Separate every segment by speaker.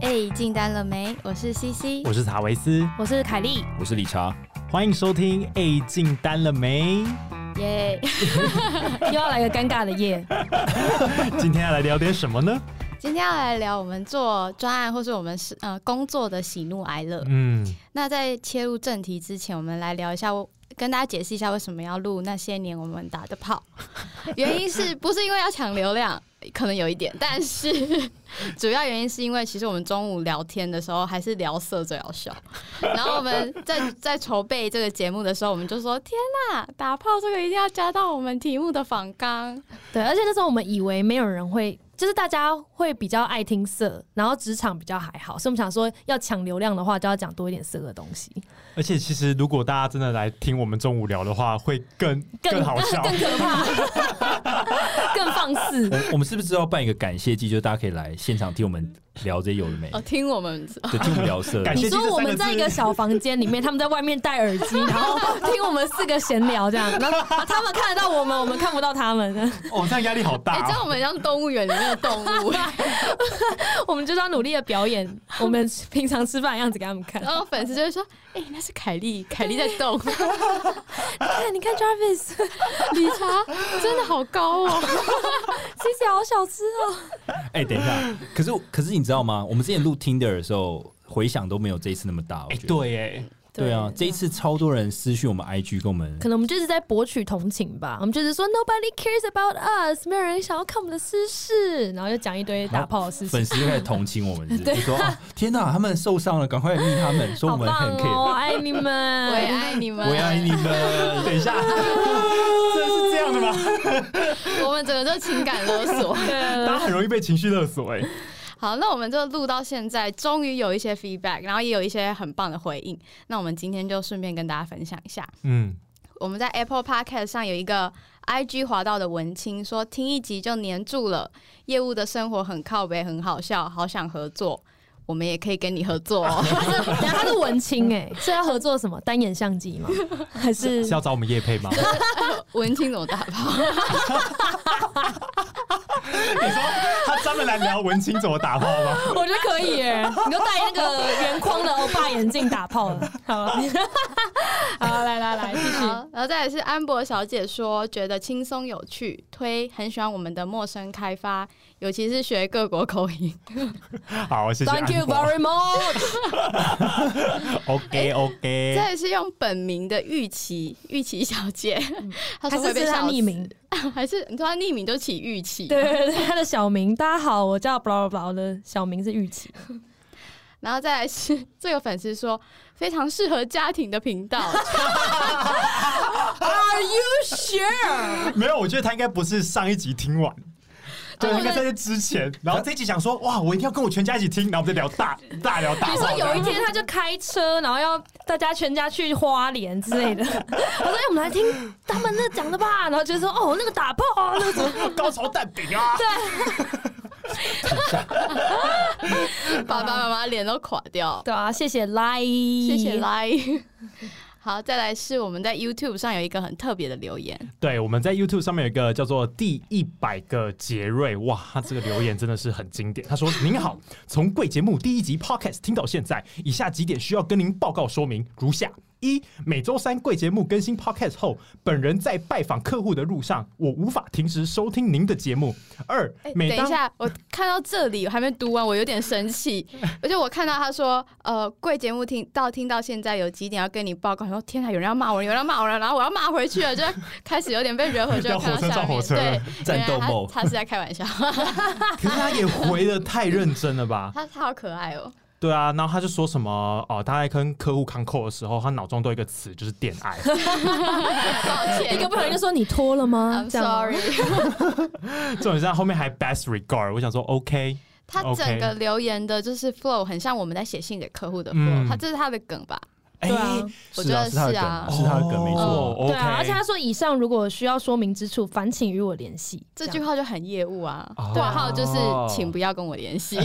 Speaker 1: 嘿，哎进单了没？我是西西，
Speaker 2: 我是查维斯，
Speaker 3: 我是凯莉，
Speaker 4: 我是理查，
Speaker 2: 欢迎收听《A 进单 了没》。
Speaker 3: 耶！ 又要来个尴尬的夜。
Speaker 2: 今天要来聊点什么呢？
Speaker 1: 今天要来聊我们做专案或是我们是呃工作的喜怒哀乐。
Speaker 2: 嗯，
Speaker 1: 那在切入正题之前，我们来聊一下，跟大家解释一下为什么要录那些年我们打的炮。 原因是不是因为要抢流量？可能有一点，但是 主要原因是因为其实我们中午聊天的时候还是聊色最好笑。 然后我们在在筹备这个节目的时候，我们就说：“天呐，打炮这个一定要加到我们题目的仿纲。
Speaker 3: 对，而且那时候我们以为没有人会，就是大家会比较爱听色，然后职场比较还好，所以我们想说要抢流量的话，就要讲多一点色的东西，
Speaker 2: 而且其实如果大家真的来听我们中午聊的话，会更
Speaker 3: 更
Speaker 2: 更 好笑。
Speaker 3: 更可怕，更放肆。
Speaker 4: 我我们是不是要办一个感谢季，就是大家可以来现场听我们聊这些有的没”
Speaker 1: 哦，，听我们
Speaker 4: 对，听我们聊色。
Speaker 2: 感谢
Speaker 3: 你
Speaker 2: 这三个
Speaker 3: 说
Speaker 2: 字
Speaker 3: 我们在一个小房间里面，他们在外面戴耳机，然后听我们四个闲聊这样，然后他们看得到我们，我们看不到他们，
Speaker 2: 哦，这样压力好
Speaker 1: 哎、
Speaker 2: 大、
Speaker 1: 这样我们像动物园里面的动物，
Speaker 3: 我们就是要努力的表演我们平常吃饭的样子给他们看。
Speaker 1: 然后粉丝就会说：“哎、那是凯莉，凯莉在动，
Speaker 3: 看，你看 Jarvis，
Speaker 1: 理查真的好高哦。
Speaker 3: 西西好小吃哦。
Speaker 4: 哎、等一下，可是可是你知道吗？我们之前录 Tinder 的时候，回响都没有这一次那么大。我
Speaker 2: 哎、
Speaker 4: 觉得
Speaker 2: 对，哎，
Speaker 4: 对啊，这一次超多人私讯我们 IG 跟我们
Speaker 3: 可能我们就是在博取同情吧，我们就是说 nobody cares about us，没有人想要看我们的私事，然后又讲一堆打炮的事情
Speaker 4: 粉，丝就开始同情我们，就说、啊、天哪，他们受伤了，赶快密他们，说我
Speaker 3: 好
Speaker 4: 们
Speaker 3: 棒
Speaker 4: 很 care，、
Speaker 3: 哦，我爱 你
Speaker 1: 我也
Speaker 3: 们。
Speaker 1: 爱你们，
Speaker 4: 嗯我爱你们。
Speaker 2: 等一 下，真的是这样的吗？
Speaker 1: 我们整个就情感勒索。
Speaker 2: 大
Speaker 3: 啊
Speaker 2: 家很容易被情绪勒索、哎，
Speaker 1: 好，那我们就录到现在，终于有一些 feedback，然后也有一些很棒的回应。那我们今天就顺便跟大家分享一下，
Speaker 2: 嗯，
Speaker 1: 我们在 Apple Podcast 上有一个 IG 滑到的文青说，听一集就黏住了，业务的生活很靠北，很好笑，好想合作。我们也可以跟你合作 哦。
Speaker 3: 然后他是文青哎、是要合作什么单眼相机吗？ 还
Speaker 1: 嗯
Speaker 3: 是
Speaker 2: 是要找我们叶配吗？
Speaker 1: 文青怎么打炮？
Speaker 2: 你说他专门来聊文青怎么打炮吗？
Speaker 3: 我觉得可以耶、你就戴那个圆框的欧巴眼镜打炮了。好了， 好来来来，继续。
Speaker 1: 好，然后再来是安博小姐说，觉得轻松有趣，推很喜欢我们的陌生开发，尤其是学各国口 音。
Speaker 2: 好，谢谢
Speaker 3: Thank you very much。
Speaker 2: OK OK，
Speaker 1: 再来是用本名的玉琪，玉琪小姐， 她
Speaker 3: 嗯还
Speaker 1: 说
Speaker 3: 是
Speaker 1: 会被
Speaker 3: 是
Speaker 1: 笑
Speaker 3: 他
Speaker 1: 死
Speaker 3: 匿名，，
Speaker 1: 还是你说她匿名就起玉琪？
Speaker 3: 对对对，他的小名，大家好，我叫 blah blah blah，我的小名是玉琪。
Speaker 1: 然后再来是这个粉丝说，非常适合家庭的频道，
Speaker 3: Are you sure？
Speaker 2: 没有，我觉得他应该不是上一集听完，对，他应该在这之前，然后这一集想说，哇，我一定要跟我全家一起听，然后我们再聊大大聊大
Speaker 3: 你
Speaker 2: 炮
Speaker 3: 说
Speaker 2: 这
Speaker 3: 有
Speaker 2: 样。
Speaker 3: 一天他就开车，然后要大家全家去花莲之 类的。我说：“哎，我们来听他们那讲的吧。”然后就说：“哦，那个打炮啊，那个怎么
Speaker 2: 高潮蛋饼啊，
Speaker 1: 爸爸妈妈脸都垮掉”。
Speaker 3: 对啊，谢谢来，
Speaker 1: 谢
Speaker 3: 谢
Speaker 1: 谢。来。 好，再来是我们在 YouTube 上有一个很特别的留言，
Speaker 2: 对，我们在 YouTube 上面有一个叫做“第一百个杰瑞”，哇，他这个留言真的是很经典。他说：“您好，从贵节目第一集 Podcast 听到现在，以下几点需要跟您报告说明如下。”一每周三贵节目更新 Podcast 后，本人在拜访客户的路上，我无法停止收听您的节目。二
Speaker 1: 哎，
Speaker 2: 每
Speaker 1: 等
Speaker 2: 当
Speaker 1: 一下，我看到这里我还没读完，我有点生气。而且我看到他说，呃，贵节目听到听到现在有几点要跟你报告，然后天哪，有人要骂我，有人要骂我了，然后我要骂回去了， 就开始有点被惹火，就
Speaker 2: 要
Speaker 1: 看
Speaker 2: 火
Speaker 1: 到
Speaker 2: 车
Speaker 1: 下
Speaker 2: 撞火
Speaker 1: 面
Speaker 2: 车
Speaker 1: 对
Speaker 2: 了
Speaker 4: 战斗
Speaker 1: 原来
Speaker 4: 梦
Speaker 1: 他他是在开 玩笑，
Speaker 2: 可是他也回的太认真了吧？
Speaker 1: 他他好可爱哦。
Speaker 2: 对啊，然后他就说什么哦，他在跟客户康扣的时候，他脑中都有一个词就是“恋 爱
Speaker 1: 抱歉，
Speaker 3: 一个不小心就说你脱了吗
Speaker 2: 啊
Speaker 1: I'm？
Speaker 3: 这样吗
Speaker 1: sorry。”，
Speaker 2: 这种在后面还 “best regard”，我想说 OK，
Speaker 1: 他
Speaker 2: OK
Speaker 1: 整个留言的就是 flow 很像我们在写信给客户的 flow，、
Speaker 2: 嗯
Speaker 1: 他这是他的梗吧？
Speaker 2: 哎
Speaker 3: 对啊
Speaker 1: 我
Speaker 4: 是
Speaker 1: 觉
Speaker 4: 啊，
Speaker 1: 得
Speaker 4: 是他的
Speaker 1: 是
Speaker 4: 梗，
Speaker 1: 啊
Speaker 4: 是他的梗，没错啊、
Speaker 2: 哦
Speaker 3: 对啊，
Speaker 2: OK
Speaker 3: 而且他说以上如果需要说明之处，烦请与我联系。
Speaker 1: 这
Speaker 3: 样
Speaker 1: 句话就很业务啊，
Speaker 2: 哦
Speaker 1: 挂、号就是请不要跟我联 系。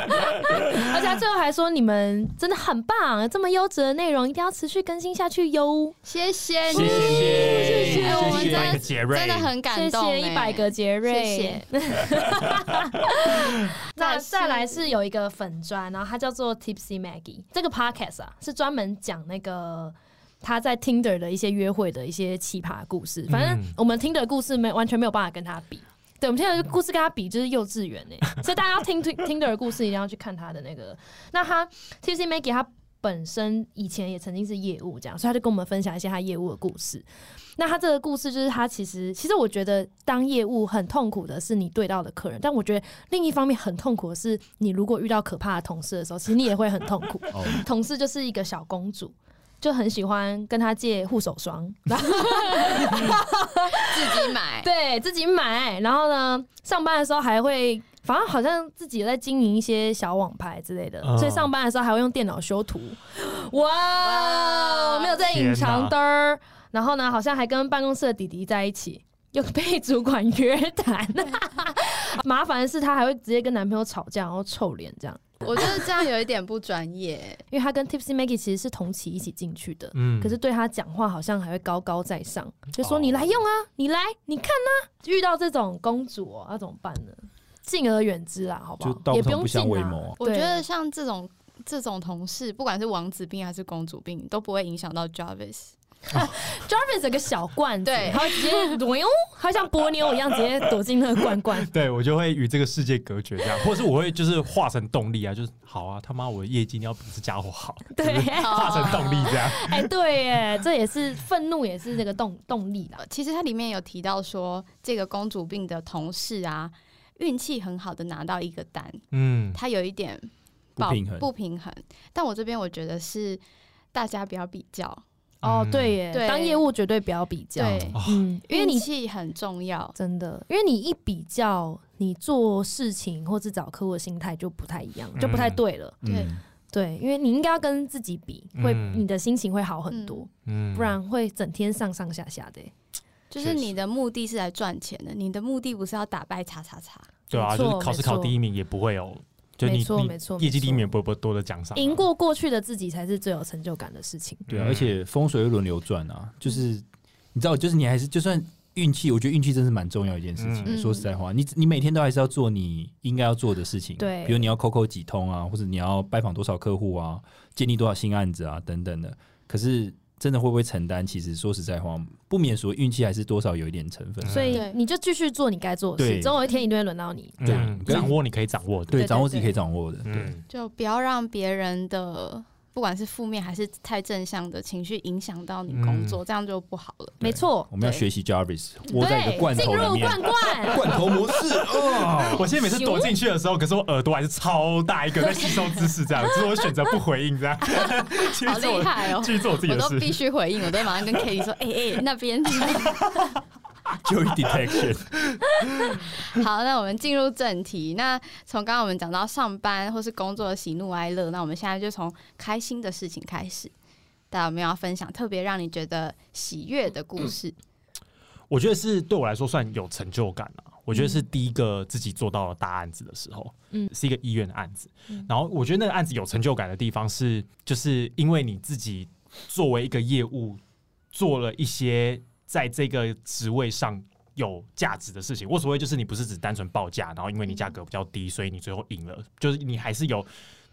Speaker 3: 而且他最后还说：“你们真的很啊棒，这么优质的内容一定要持续更新下去哟。
Speaker 1: 谢谢你，
Speaker 2: 谢谢
Speaker 3: 谢
Speaker 4: 谢
Speaker 1: 哎我们真
Speaker 2: 一
Speaker 4: 谢
Speaker 1: 的
Speaker 2: 百
Speaker 4: 谢
Speaker 2: 个杰瑞，
Speaker 1: 真的很感
Speaker 3: 谢
Speaker 1: 动、欸
Speaker 3: 谢一百个杰瑞，
Speaker 1: 谢谢。
Speaker 3: 再
Speaker 1: 再是
Speaker 3: 再来是有一个粉砖，然后它叫做 Tipsy Maggie。这个 podcast 啊，是专门讲那个他在 Tinder 的一些约会的一些奇葩故事。反正
Speaker 2: 嗯
Speaker 3: 我们 Tinder 的故事没完全没有办法跟他比。对，我们 Tinder 的故事跟他比就是幼稚园呢、所以大家要听 Tinder 的故事，一定要去看他的那个。那他 Tipsy Maggie 他本身以前也曾经是业务，这样，所以他就跟我们分享一些他业务的故事。那他这个故事就是他其实，其实我觉得当业务很痛苦的是你对到的客人，但我觉得另一方面很痛苦的是，你如果遇到可怕的同事的时候，其实你也会很痛苦。
Speaker 4: 哦，
Speaker 3: 同事就是一个小公主。就很喜欢跟他借护手霜，然后
Speaker 1: 自己 买，
Speaker 3: 对自己买，然后呢，上班的时候还会，反正好像自己有在经营一些小网牌之类的，
Speaker 2: 哦
Speaker 3: 所以上班的时候还会用电脑修图，哇，
Speaker 1: 哇
Speaker 3: 没有在
Speaker 2: 天
Speaker 3: 隐藏
Speaker 2: 哪
Speaker 3: 的儿。然后呢，好像还跟办公室的弟弟在一起，又被主管约谈。 麻烦的是，她还会直接跟男朋友吵架，然后臭脸这样，
Speaker 1: 我觉得这样有一点不专业。
Speaker 3: 因为她跟 Tipsy Maggie 其实是同期一起进去的。
Speaker 2: 嗯
Speaker 3: 可是对她讲话好像还会高高在上，就说
Speaker 2: 哦
Speaker 3: 你来用啊，你来，你看呐、遇到这种公主、哦，要怎么办呢？敬而远之啦，好不
Speaker 4: 就
Speaker 3: 好？
Speaker 4: 道
Speaker 3: 也
Speaker 4: 不
Speaker 3: 不
Speaker 4: 同
Speaker 3: 用
Speaker 4: 不相
Speaker 3: 敬
Speaker 4: 为
Speaker 3: 啊
Speaker 4: 谋啊。
Speaker 1: 我觉
Speaker 3: 对
Speaker 1: 得像这种这种同事，不管是王子病还是公主病，都不会影响到 Jarvis。
Speaker 3: Jarvis 有个小罐子，
Speaker 1: 对
Speaker 3: 他会直接躲哟，他像波妞一样直接躲进那个罐 罐。
Speaker 2: 对我就会与这个世界隔绝，这样，或者是我会就是化成动力啊，就是好啊，他妈我的业绩你要比这家伙好，
Speaker 3: 对，
Speaker 2: 就是化成动力这样。
Speaker 3: 哎、对耶，这也是愤怒，也是这个动动力啦。
Speaker 1: 呃其实它里面有提到说，这个公主病的同事啊，运气很好的拿到一个单，
Speaker 2: 嗯，
Speaker 1: 他有一点
Speaker 4: 不
Speaker 1: 抱
Speaker 4: 平衡
Speaker 1: 不平衡。但我这边我觉得是大家不要比较，
Speaker 3: 哦，
Speaker 2: 嗯
Speaker 3: 对耶，
Speaker 1: 对
Speaker 3: 当业务绝对不要比较，
Speaker 1: 对，
Speaker 2: 哦
Speaker 3: 嗯，因为
Speaker 1: 运
Speaker 3: 你
Speaker 1: 气很重要。
Speaker 3: 真的，因为你一比较，你做事情或是找客户的心态就不太一样，就不太
Speaker 2: 嗯
Speaker 3: 对了。
Speaker 1: 对
Speaker 4: 嗯，
Speaker 3: 对，因为你应该要跟自己比，会、
Speaker 2: 嗯
Speaker 3: 你的心情会好很多，
Speaker 2: 嗯
Speaker 3: 不然会整天上上下下
Speaker 4: 嗯
Speaker 3: 的耶。
Speaker 1: 就是你的目的是来赚钱的，你的目的不是要打败叉叉叉。
Speaker 2: 对啊，
Speaker 3: 没
Speaker 2: 就
Speaker 3: 错
Speaker 2: 是考试考第一名也不会有，就你
Speaker 3: 没错
Speaker 2: 你
Speaker 3: 没错
Speaker 2: 业绩第一名
Speaker 3: 没
Speaker 2: 也不会不会多的奖赏啊，
Speaker 3: 赢过过去的自己才是最有成就感的事情。
Speaker 4: 对啊，
Speaker 2: 嗯
Speaker 4: 而且风水会轮流转啊，就是你知道，就是你还是就算运气，我觉得运气真是蛮重要一件事情的。
Speaker 1: 嗯
Speaker 4: 说实在话，你你每天都还是要做你应该要做的事情，
Speaker 3: 对
Speaker 4: 比如你要扣扣几通啊，或者你要拜访多少客户啊，建立多少新案子啊等等的。可是真的会不会承担？其实说实在话，不免说运气还是多少有一点成分。
Speaker 2: 嗯
Speaker 3: 所以
Speaker 1: 对
Speaker 3: 你就继续做你该做的事，
Speaker 4: 对
Speaker 3: 总有一天一定会轮到你。这样，
Speaker 2: 嗯，掌握你可以掌握的，
Speaker 4: 对，
Speaker 3: 对
Speaker 4: 掌握
Speaker 3: 对
Speaker 4: 自己可以掌握的，对。
Speaker 2: 嗯，
Speaker 1: 就不要让别人的不管是负面还是太正向的情绪影响到你工作，
Speaker 3: 嗯
Speaker 1: 这样就不好了。
Speaker 3: 没错，
Speaker 4: 我们要
Speaker 1: 对
Speaker 4: 学习 Jarvis，窝在一
Speaker 3: 对
Speaker 4: 个，罐
Speaker 3: 进
Speaker 4: 头里
Speaker 3: 入
Speaker 4: 面，
Speaker 3: 罐罐。
Speaker 4: 罐头模式啊！
Speaker 1: 哦
Speaker 2: 我现在每次躲进去的时候，可是我耳朵还是超大一个在吸收知识，这样，只是我选择不回应这样， 继续
Speaker 1: 好
Speaker 2: 做我
Speaker 1: 厉害哦
Speaker 2: 继！续做我自己
Speaker 1: 我
Speaker 2: 的
Speaker 1: 都
Speaker 2: 事
Speaker 1: 必。须回应，我都会马上跟 Kitty 说：“ 哎哎、那边
Speaker 4: Joy Detection，
Speaker 1: 好。”那我们进入正题。那从刚刚我们讲到上班或是工作的喜怒哀乐，那我们现在就从开心的事情开始。大家有没有要分享特别让你觉得喜悦的故事？
Speaker 2: 我觉得是对我来说算有成就感啊。我觉得是第一个自己做到了大案子的时候，
Speaker 3: 嗯
Speaker 2: 嗯，是一个医院的案子。
Speaker 3: 嗯
Speaker 2: 然后我觉得那个案子有成就感的地方是，就是因为你自己作为一个业务，做了一些在这个职位上有价值的事情。我所谓就是你不是只单纯报价，然后因为你价格比较低，所以你最后赢了，就是你还是有。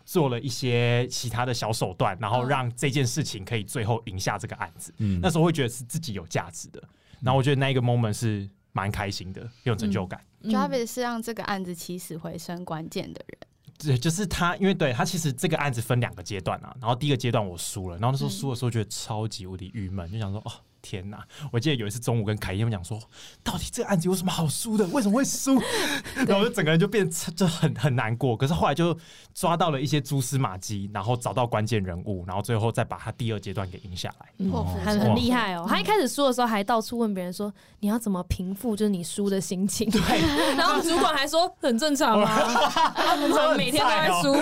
Speaker 2: 做了一些其他的小手段，然后
Speaker 1: 嗯
Speaker 2: 让这件事情可以最后赢下这个案子。
Speaker 4: 嗯
Speaker 2: 那时候会觉得是自己有价值的。然后我觉得那一个 moment 是蛮开心的，也有成 就感。
Speaker 3: 嗯
Speaker 1: Jarvis 是让这个案子起死回生关键的人。
Speaker 2: 对，就是他，因为对他其实这个案子分两个阶段啊。然后第一个阶段我输了，然后那时候输的时候觉得超级无敌郁闷，就想说哦。天呐！我记得有一次中午跟凯伊他们讲说，到底这个案子有什么好输的？为什么会输？ 然后我就整个人就变就很很难过。可是后来就抓到了一些蛛丝马迹，然后找到关键人物，然后最后再把他第二阶段给赢下来。
Speaker 3: 嗯
Speaker 1: 破釜
Speaker 3: 很
Speaker 1: 沉
Speaker 3: 很
Speaker 1: 舟
Speaker 2: 哇
Speaker 3: 厉害哦！他一开始输的时候还到处问别人说：“你要怎么平复就是你输的心情？”
Speaker 2: 对，
Speaker 3: 然后主管还说：“很正常啊，他们怎么每天都在输。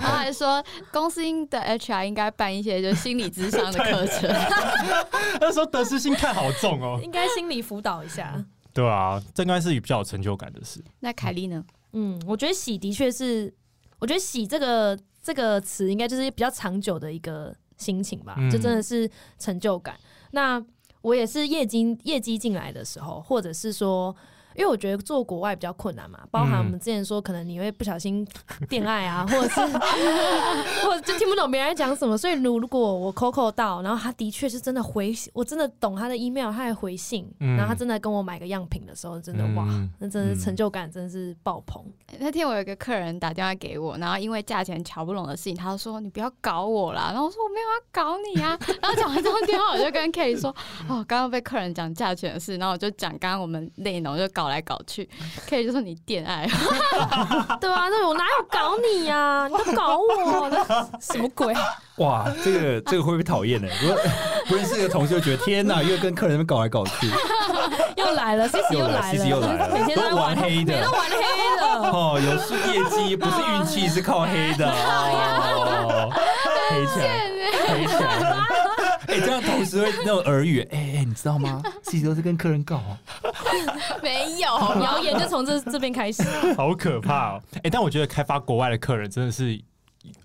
Speaker 1: 然后还说公司的 HR 应该办一些就是心理咨商的课程，
Speaker 2: 那时候得失心看好重哦”。
Speaker 3: 应该心理辅导一下。
Speaker 2: 对啊，这应该是比较有成就感的事。
Speaker 1: 那凯莉呢？
Speaker 3: 嗯，我觉得喜的确是，我觉得喜这个这个词应该就是比较长久的一个心情吧，
Speaker 2: 嗯
Speaker 3: 这真的是成就感。那我也是业绩业绩进来的时候，或者是说。因为我觉得做国外比较困难嘛，包含我
Speaker 2: 嗯
Speaker 3: 们之前说，可能你会不小心恋爱啊，或者是 或者就听不懂别人在讲什么。所以如如果我 Coco 到，然后他的确是真的回，我真的懂他的 email，他还回信，
Speaker 2: 嗯
Speaker 3: 然后他真的跟我买个样品的时候，真的、哇
Speaker 2: 嗯，
Speaker 3: 那真的
Speaker 4: 嗯
Speaker 3: 是成就感，真的是爆 棚。
Speaker 1: 那天我有一个客人打电话给我，然后因为价钱瞧不拢的事情，他就说你不要搞我啦。然后我说我没有要搞你啊。然后讲完这通电话，我就跟 Kelly 说，哦，刚刚被客人讲价钱的事，然后我就讲刚刚我们内容就搞来搞去，Kelly 就说你恋爱，啊
Speaker 3: 对啊，那我哪有搞你呀、 你都搞我，那 什么鬼？
Speaker 4: 哇，这个这个会不会讨厌呢？如果不认识这个同事，就觉得天哪，又跟客人们搞来搞去，
Speaker 3: 又来 了，C C
Speaker 4: 又
Speaker 3: 来
Speaker 4: 来，其实又来了，
Speaker 3: 每天都在
Speaker 4: 都玩黑
Speaker 3: 每天都
Speaker 4: 的。
Speaker 3: 玩黑 的。
Speaker 4: 哦，有是业绩，不是运气，是靠黑的哦，黑起来，黑起来。哎，这样同时会那种耳语，哎哎，你知道吗？其实都是跟客人搞哦，
Speaker 1: 没有。
Speaker 3: 谣言就从这这边开始，
Speaker 2: 好可怕哦！哎、但我觉得开发国外的客人真的是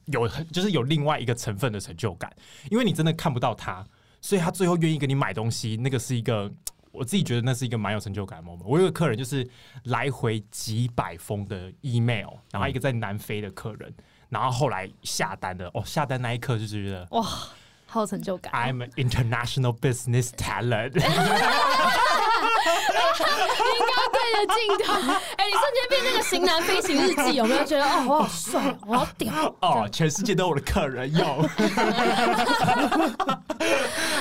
Speaker 2: 有，就是有另外一个成分的成就感，因为你真的看不到他，所以他最后愿意给你买东西，那个是一个。我自己觉得那是一个蛮有成就感的 moment。我有个客人就是来回几百封的 email，然后一个在南非的客人，然后后来下单的哦，下单那一刻就觉 得
Speaker 3: 哇，好有成就感。
Speaker 2: I'm an international business talent，
Speaker 3: 对着镜头，哎、你瞬间变那个型男飞行日记，有没有觉得哦，我好帅，我好屌？
Speaker 2: 哦，全世界都有我的客人有，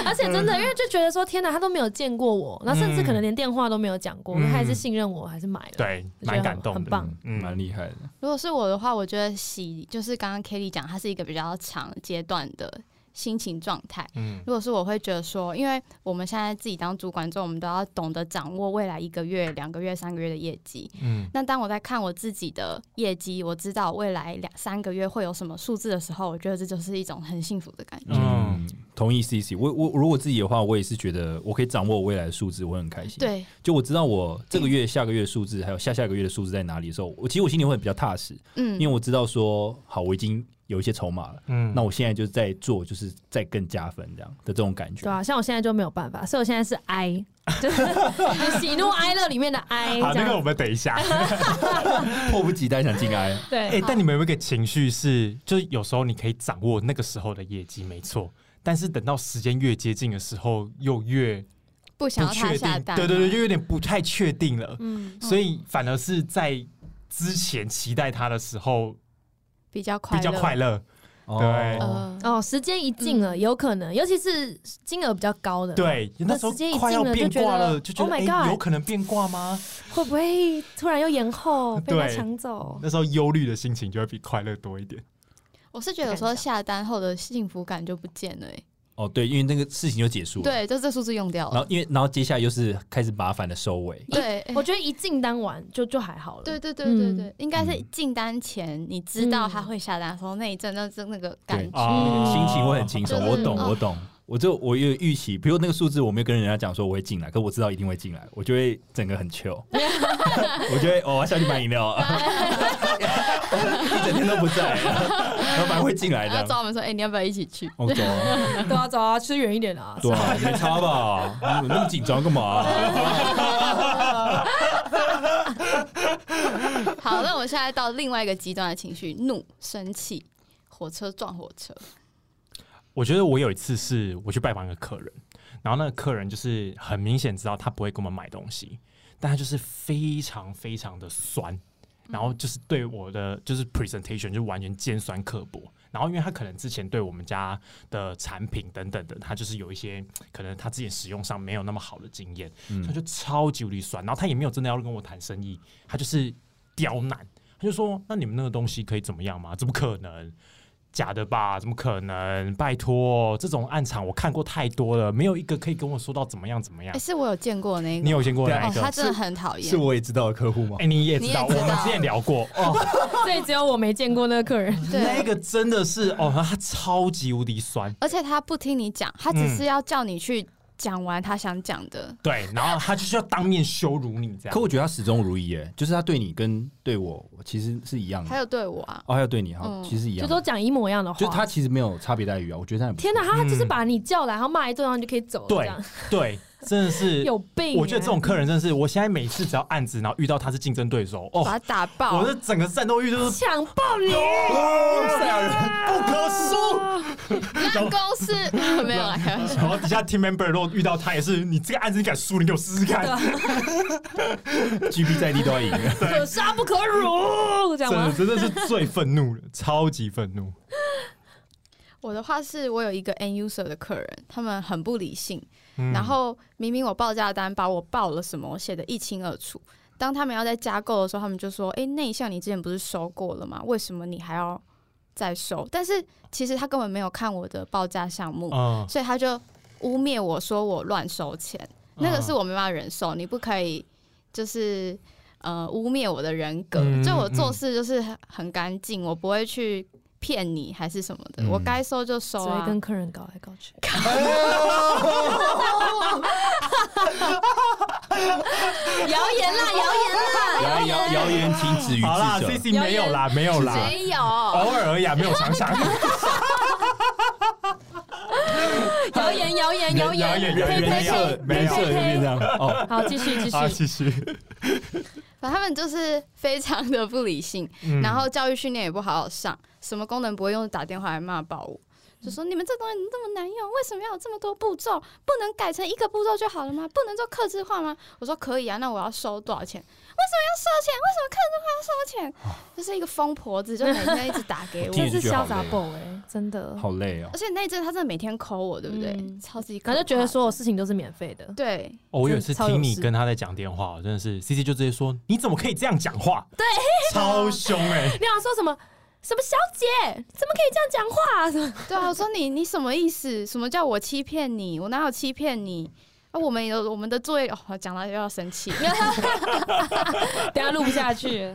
Speaker 3: 而且真的，因为就觉得说，天哪，他都没有见过我，那甚至
Speaker 4: 嗯
Speaker 3: 可能连电话都没有讲过，
Speaker 2: 嗯
Speaker 3: 他还是信任我，还是买了。，
Speaker 2: 对，
Speaker 3: 我觉
Speaker 2: 蛮
Speaker 3: 得很
Speaker 2: 感动
Speaker 3: 很
Speaker 2: 的
Speaker 3: 棒。
Speaker 2: 嗯
Speaker 4: 嗯，蛮厉害的。
Speaker 1: 如果是我的话，我觉得喜就是刚刚 Kelly 讲，它是一个比较长阶段的心情状态。
Speaker 2: 嗯，
Speaker 1: 如果是我会觉得说，因为我们现在自己当主管之后，我们都要懂得掌握未来一个月、两个月、三个月的业绩。
Speaker 2: 嗯
Speaker 1: 那当我在看我自己的业绩，我知道未来两三个月会有什么数字的时候，我觉得这就是一种很幸福的感觉。
Speaker 2: 嗯
Speaker 4: 嗯，同意 C C。我我如果自己的话，我也是觉得我可以掌握我未来的数字，我会很开心。，
Speaker 1: 对，
Speaker 4: 就我知道我这个月、下个月的数字，还有下下个月的数字在哪里的时候，我其实我心里会比较踏实，
Speaker 1: 嗯，
Speaker 4: 因为我知道说，好，我已经有一些筹码了，
Speaker 2: 嗯
Speaker 4: 那我现在就在做，就是在更加分这样的这种感觉
Speaker 3: 对。啊，像我现在就没有办法，所以我现在是 I，就是 喜怒哀乐里面的 I，
Speaker 2: 好，
Speaker 3: 这
Speaker 2: 那个
Speaker 3: 样。
Speaker 2: 我们等一 下。
Speaker 4: 迫不及待想进 来，
Speaker 3: 对，
Speaker 2: 哎、但你们有没有一个情绪是，就是有时候你可以掌握那个时候的业绩，没错。但是等到时间越接近的时候，又越
Speaker 1: 不
Speaker 2: 不
Speaker 1: 想要他
Speaker 2: 确
Speaker 1: 下
Speaker 2: 定，
Speaker 1: 单，
Speaker 2: 对对对，就有点不太确定了。
Speaker 3: 嗯，
Speaker 2: 所以反而是在之前期待它的时候
Speaker 1: 比较快
Speaker 2: 比较快
Speaker 1: 乐。
Speaker 2: 乐。
Speaker 4: 哦
Speaker 2: 对
Speaker 1: 呃，
Speaker 3: 哦，时间一近了，有可能，尤其是金额比较高的，，
Speaker 2: 对，那时候
Speaker 3: 时间一
Speaker 2: 快要
Speaker 3: 近了就
Speaker 2: 变
Speaker 3: 觉
Speaker 2: 卦
Speaker 3: 得
Speaker 2: 了，就觉
Speaker 3: Oh
Speaker 2: 得
Speaker 3: my
Speaker 2: 哎、
Speaker 3: God
Speaker 2: 有可能变卦吗？
Speaker 3: 会不会突然又延后被他
Speaker 2: 对
Speaker 3: 抢走？
Speaker 2: 那时候忧虑的心情就会比快乐多一点。
Speaker 1: 我是觉得有时候下单后的幸福感就不见了、欸，
Speaker 4: 哦，对，因为那个事情就结束了，，
Speaker 1: 对，就这数字用掉
Speaker 4: 然
Speaker 1: 了
Speaker 4: 后，因为然后接下来又是开始麻烦的收尾，
Speaker 1: 对，欸
Speaker 3: 我觉得一进单完就就还好了，
Speaker 1: 对对对对
Speaker 3: 嗯
Speaker 1: 对，应该是进单前你知道他会下单的时候，那一阵那阵那个感觉，
Speaker 3: 嗯
Speaker 2: 啊
Speaker 4: 心情会很轻松。
Speaker 1: 就是
Speaker 4: 我懂，
Speaker 1: 哦
Speaker 4: 我懂。我就我有预期，比如那个数字，我没有跟人家讲说我会进来，可我知道一定会进来，我就会整个很 chill，我就会哦，我要下去买 饮料， 一整天都不在， 然后反而会进来哦
Speaker 1: 然后
Speaker 4: 的。
Speaker 1: 找我们说，哎、你要不要一起 去？
Speaker 4: 我懂，
Speaker 3: 对啊，走啊，吃远一点啊，
Speaker 4: 对啊，没差吧？你那么紧张干嘛？
Speaker 1: 好，那我们现在到另外一个极端的情绪，怒、生气，火车撞火车，
Speaker 2: 我觉得我有一次是我去拜访一个客人，然后那个客人就是很明显知道他不会给我们买东西，但他就是非常非常的酸，然
Speaker 1: 嗯
Speaker 2: 后就是对我的就是 presentation 就完全尖酸刻薄。然后因为他可能之前对我们家的产品等等的，他就是有一些可能他之前使用上没有那么好的经验，他就超级无敌酸。然后他也没有真的要跟我谈生意，他就是刁难，他就说：“那你们那个东西可以怎么样吗？怎么可能？”假的吧？怎么可能？拜托，哦这种暗场我看过太多了，没有一个可以跟我说到怎么样怎么样
Speaker 1: 哎、。是我有见过那个，
Speaker 2: 你有见过
Speaker 1: 哦
Speaker 2: 哪一，个？
Speaker 1: 他真的很讨厌，
Speaker 4: 我也知道的客户吗
Speaker 2: 哎、？你也知道，
Speaker 1: 你也知道
Speaker 2: 我们之前聊过哦，
Speaker 3: 所以只有我没见过那个客人。
Speaker 2: 那
Speaker 1: 对。
Speaker 2: 个真的是哦，他超级无敌酸，嗯
Speaker 1: 而且他不听你讲，他只是要叫你去讲完他想讲的，
Speaker 2: 对，然后他就是要当面羞辱你这样
Speaker 4: 可。哎我觉得他始终如一，哎，就是他对你跟对我我其实是
Speaker 2: 嗯
Speaker 4: 一样
Speaker 1: 还
Speaker 4: 的。
Speaker 1: 有对我啊，
Speaker 4: 哦，还有对你哈，
Speaker 1: 嗯
Speaker 4: 其实一
Speaker 3: 就
Speaker 4: 样的，
Speaker 3: 都讲一模一样的话。
Speaker 4: 就他其实没有差别待遇啊。我觉得他很不错
Speaker 3: 天哪，他
Speaker 2: 嗯
Speaker 3: 就是把你叫来，然后骂一顿，然后你就可以走了，这
Speaker 2: 对
Speaker 3: 样
Speaker 2: 对，真的是，
Speaker 3: 有病欸。
Speaker 2: 我觉得这种客人真的是，我现在每次只要案子，然后遇到他是竞争对手，哦，
Speaker 1: 把他打爆
Speaker 2: 我。的整个战斗欲 就是
Speaker 3: 强暴你，
Speaker 2: 哦吓人不可输。
Speaker 1: 办公室 没有啦，开 玩笑。
Speaker 2: 然后底下 team member 如果遇到他也是，你这个案子你敢输，你给我试试看，
Speaker 4: ，GB 在地都要赢。
Speaker 3: 可杀不可辱，这
Speaker 2: 真
Speaker 3: 样吗
Speaker 2: 的？真的是最愤怒了，超级愤怒。
Speaker 1: 我的话是我有一个 end user 的客人，他们很不理性，
Speaker 2: 嗯
Speaker 1: 然后明明我报价单把我报了什么，我写的一清二楚。当他们要在加购的时候，他们就说：“诶，那一项你之前不是收过了吗？为什么你还要再收？”但是其实他根本没有看我的报价项目，
Speaker 2: 嗯，
Speaker 1: 所以他就污蔑我说我乱收钱，那个是
Speaker 2: 哦
Speaker 1: 我没办法忍受，你不可以就是呃污蔑我的人格，
Speaker 2: 嗯
Speaker 1: 就我做事就是很很干净，我不会去骗你还是什么的，
Speaker 4: 嗯
Speaker 1: 我该收就收
Speaker 3: 只会
Speaker 1: 啊。
Speaker 3: 哎跟客人搞来搞去，
Speaker 1: 谣言啦，谣言啦，
Speaker 4: 谣谣谣言停止于
Speaker 2: 好啦
Speaker 4: 智
Speaker 2: ，C
Speaker 4: 者。
Speaker 2: C 没有啦，没有啦，
Speaker 1: 没有，
Speaker 2: 偶尔而已啊，没有常常。
Speaker 3: 谣言谣言谣
Speaker 2: 谣言
Speaker 3: 言，
Speaker 2: 谣
Speaker 3: 呸
Speaker 2: 言
Speaker 3: 呸
Speaker 4: 人
Speaker 2: 没有
Speaker 3: 呸
Speaker 4: 设人设
Speaker 3: 呸
Speaker 4: 就变这样哦。
Speaker 3: 好，继续继续
Speaker 2: 啊，，继 续。
Speaker 1: 反正他们就是非常的不理性，
Speaker 2: 嗯
Speaker 1: 然后教育训练也不好好上，什么功能不会用，打电话来骂爆我。就说你们这东西这么难用，为什么要有这么多步骤？不能改成一个步骤就好了吗？不能做克制化吗？我说可以啊，那我要收多少钱？为什么要收钱？为什么克制化要收钱？就是一个疯婆子，就每天一直打给我
Speaker 4: 听，
Speaker 3: 真
Speaker 4: 你就是觉得好
Speaker 3: 潇洒
Speaker 4: 累啊
Speaker 3: boy 哎，真的，
Speaker 4: 好累哦
Speaker 1: 而，且那一阵他真的每天抠我，对不对？
Speaker 3: 嗯
Speaker 1: 超级可
Speaker 3: 感
Speaker 1: 怕，
Speaker 3: 觉觉得所有事情都是免费的，
Speaker 1: 对，
Speaker 2: 哦我有一次
Speaker 3: 真的超有
Speaker 2: 听你
Speaker 3: 事
Speaker 2: 跟他在讲电话，真的是 C C 就直接说：“你怎么可以这样讲话？”对，超凶哎、
Speaker 3: 你想啊说什么？什么小姐，怎么可以这样讲话啊？什么
Speaker 1: 对啊，我说你你什么意思？什么叫我欺骗你？我哪有欺骗你？啊，我们有我们的作业，哦，讲到又要生气。
Speaker 3: 啊 等一下录不下去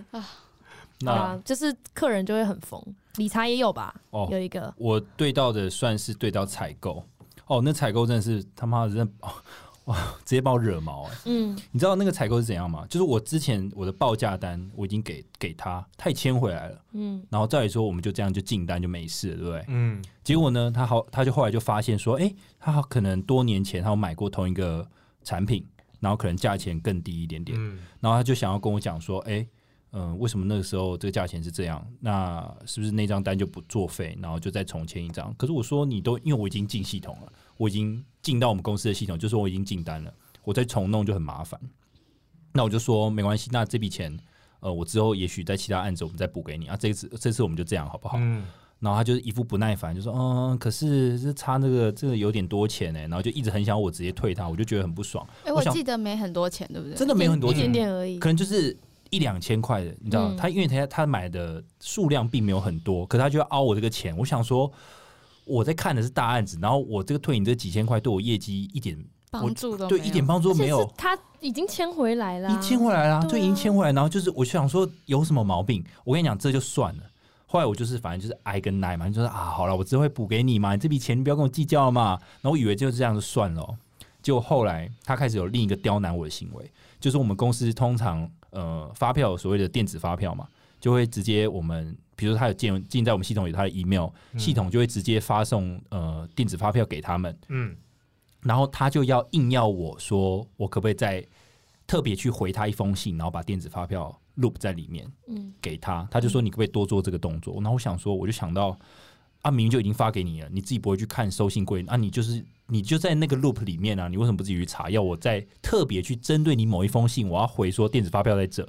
Speaker 4: 那
Speaker 3: 啊，就是客人就会很疯。理查也有吧？
Speaker 4: 哦
Speaker 3: 有一个
Speaker 4: 我对到的算是对到采购哦，那采购真的是他妈的真的、哦 哇，直接把我惹毛哎、
Speaker 3: 嗯，
Speaker 4: 你知道那个采购是怎样吗？就是我之前我的报价单我已经给给他，他也签回来了，
Speaker 3: 嗯，
Speaker 4: 然后照理说我们就这样就进单就没事了，对不对？
Speaker 2: 嗯，
Speaker 4: 结果呢，他好他就后来就发现说，哎、他好可能多年前他有买过同一个产品，然后可能价钱更低一点点，
Speaker 2: 嗯，
Speaker 4: 然后他就想要跟我讲说，哎、嗯、为什么那个时候这个价钱是这样？那是不是那张单就不作废，然后就再重签一张？可是我说你都因为我已经进系统了，我已经进到我们公司的系统，就说我已经进单了，我再重弄就很麻烦。那我就说没关系，那这笔钱，呃，我之后也许在其他案子我们再补给你啊。这一次这次我们就这样好不好？
Speaker 2: 嗯，
Speaker 4: 然后他就是一副不耐烦，就说：“嗯，可是这差那个这个有点多钱欸呢。”然后就一直很想我直接退他，我就觉得很不爽。
Speaker 1: 哎、我
Speaker 4: 我想
Speaker 1: 记得没很多钱，对不对？
Speaker 4: 真的没有很多
Speaker 3: 一点
Speaker 4: 钱，
Speaker 3: 点而已
Speaker 4: 嗯可。能就是一两千块的，你知道，
Speaker 3: 嗯
Speaker 4: 他因为他他买的数量并没有很多，可他就要凹我这个钱。我想说，我在看的是大案子，然后我这个退你这几千块，对我业绩一点
Speaker 1: 帮助都
Speaker 4: 对
Speaker 1: 没
Speaker 4: 一
Speaker 1: 有
Speaker 4: 点帮助
Speaker 3: 而
Speaker 4: 都
Speaker 3: 且
Speaker 4: 没有
Speaker 3: 是。他已经签回来了，
Speaker 4: 已经签回来啦，
Speaker 3: 对啊
Speaker 4: 就已经签回来。然后就是，我就想说有什么毛病？我跟你讲，这就算了。后来我就是反正就是挨跟挨嘛，就说啊，好了，我只会补给你嘛，你这笔钱你不要跟我计较了嘛。然后我以为就这样就算了哦、结果后来他开始有另一个刁难我的行为，就是我们公司通常呃发票所谓的电子发票嘛，就会直接我们比如说他有进进在我们系统有他的 email，系统就会直接发送呃电子发票给他们。
Speaker 2: 嗯，
Speaker 4: 然后他就要硬要我说，我可不可以再特别去回他一封信，然后把电子发票 loop 在里面
Speaker 3: 嗯，
Speaker 4: 给他。他就说你可不可以多做这个动作？然后我想说，我就想到啊，明明就已经发给你了，你自己不会去看收信柜啊，你就是你就在那个 loop 里面啊，你为什么不自己去查？要我再特别去针对你某一封信，我要回说电子发票在这。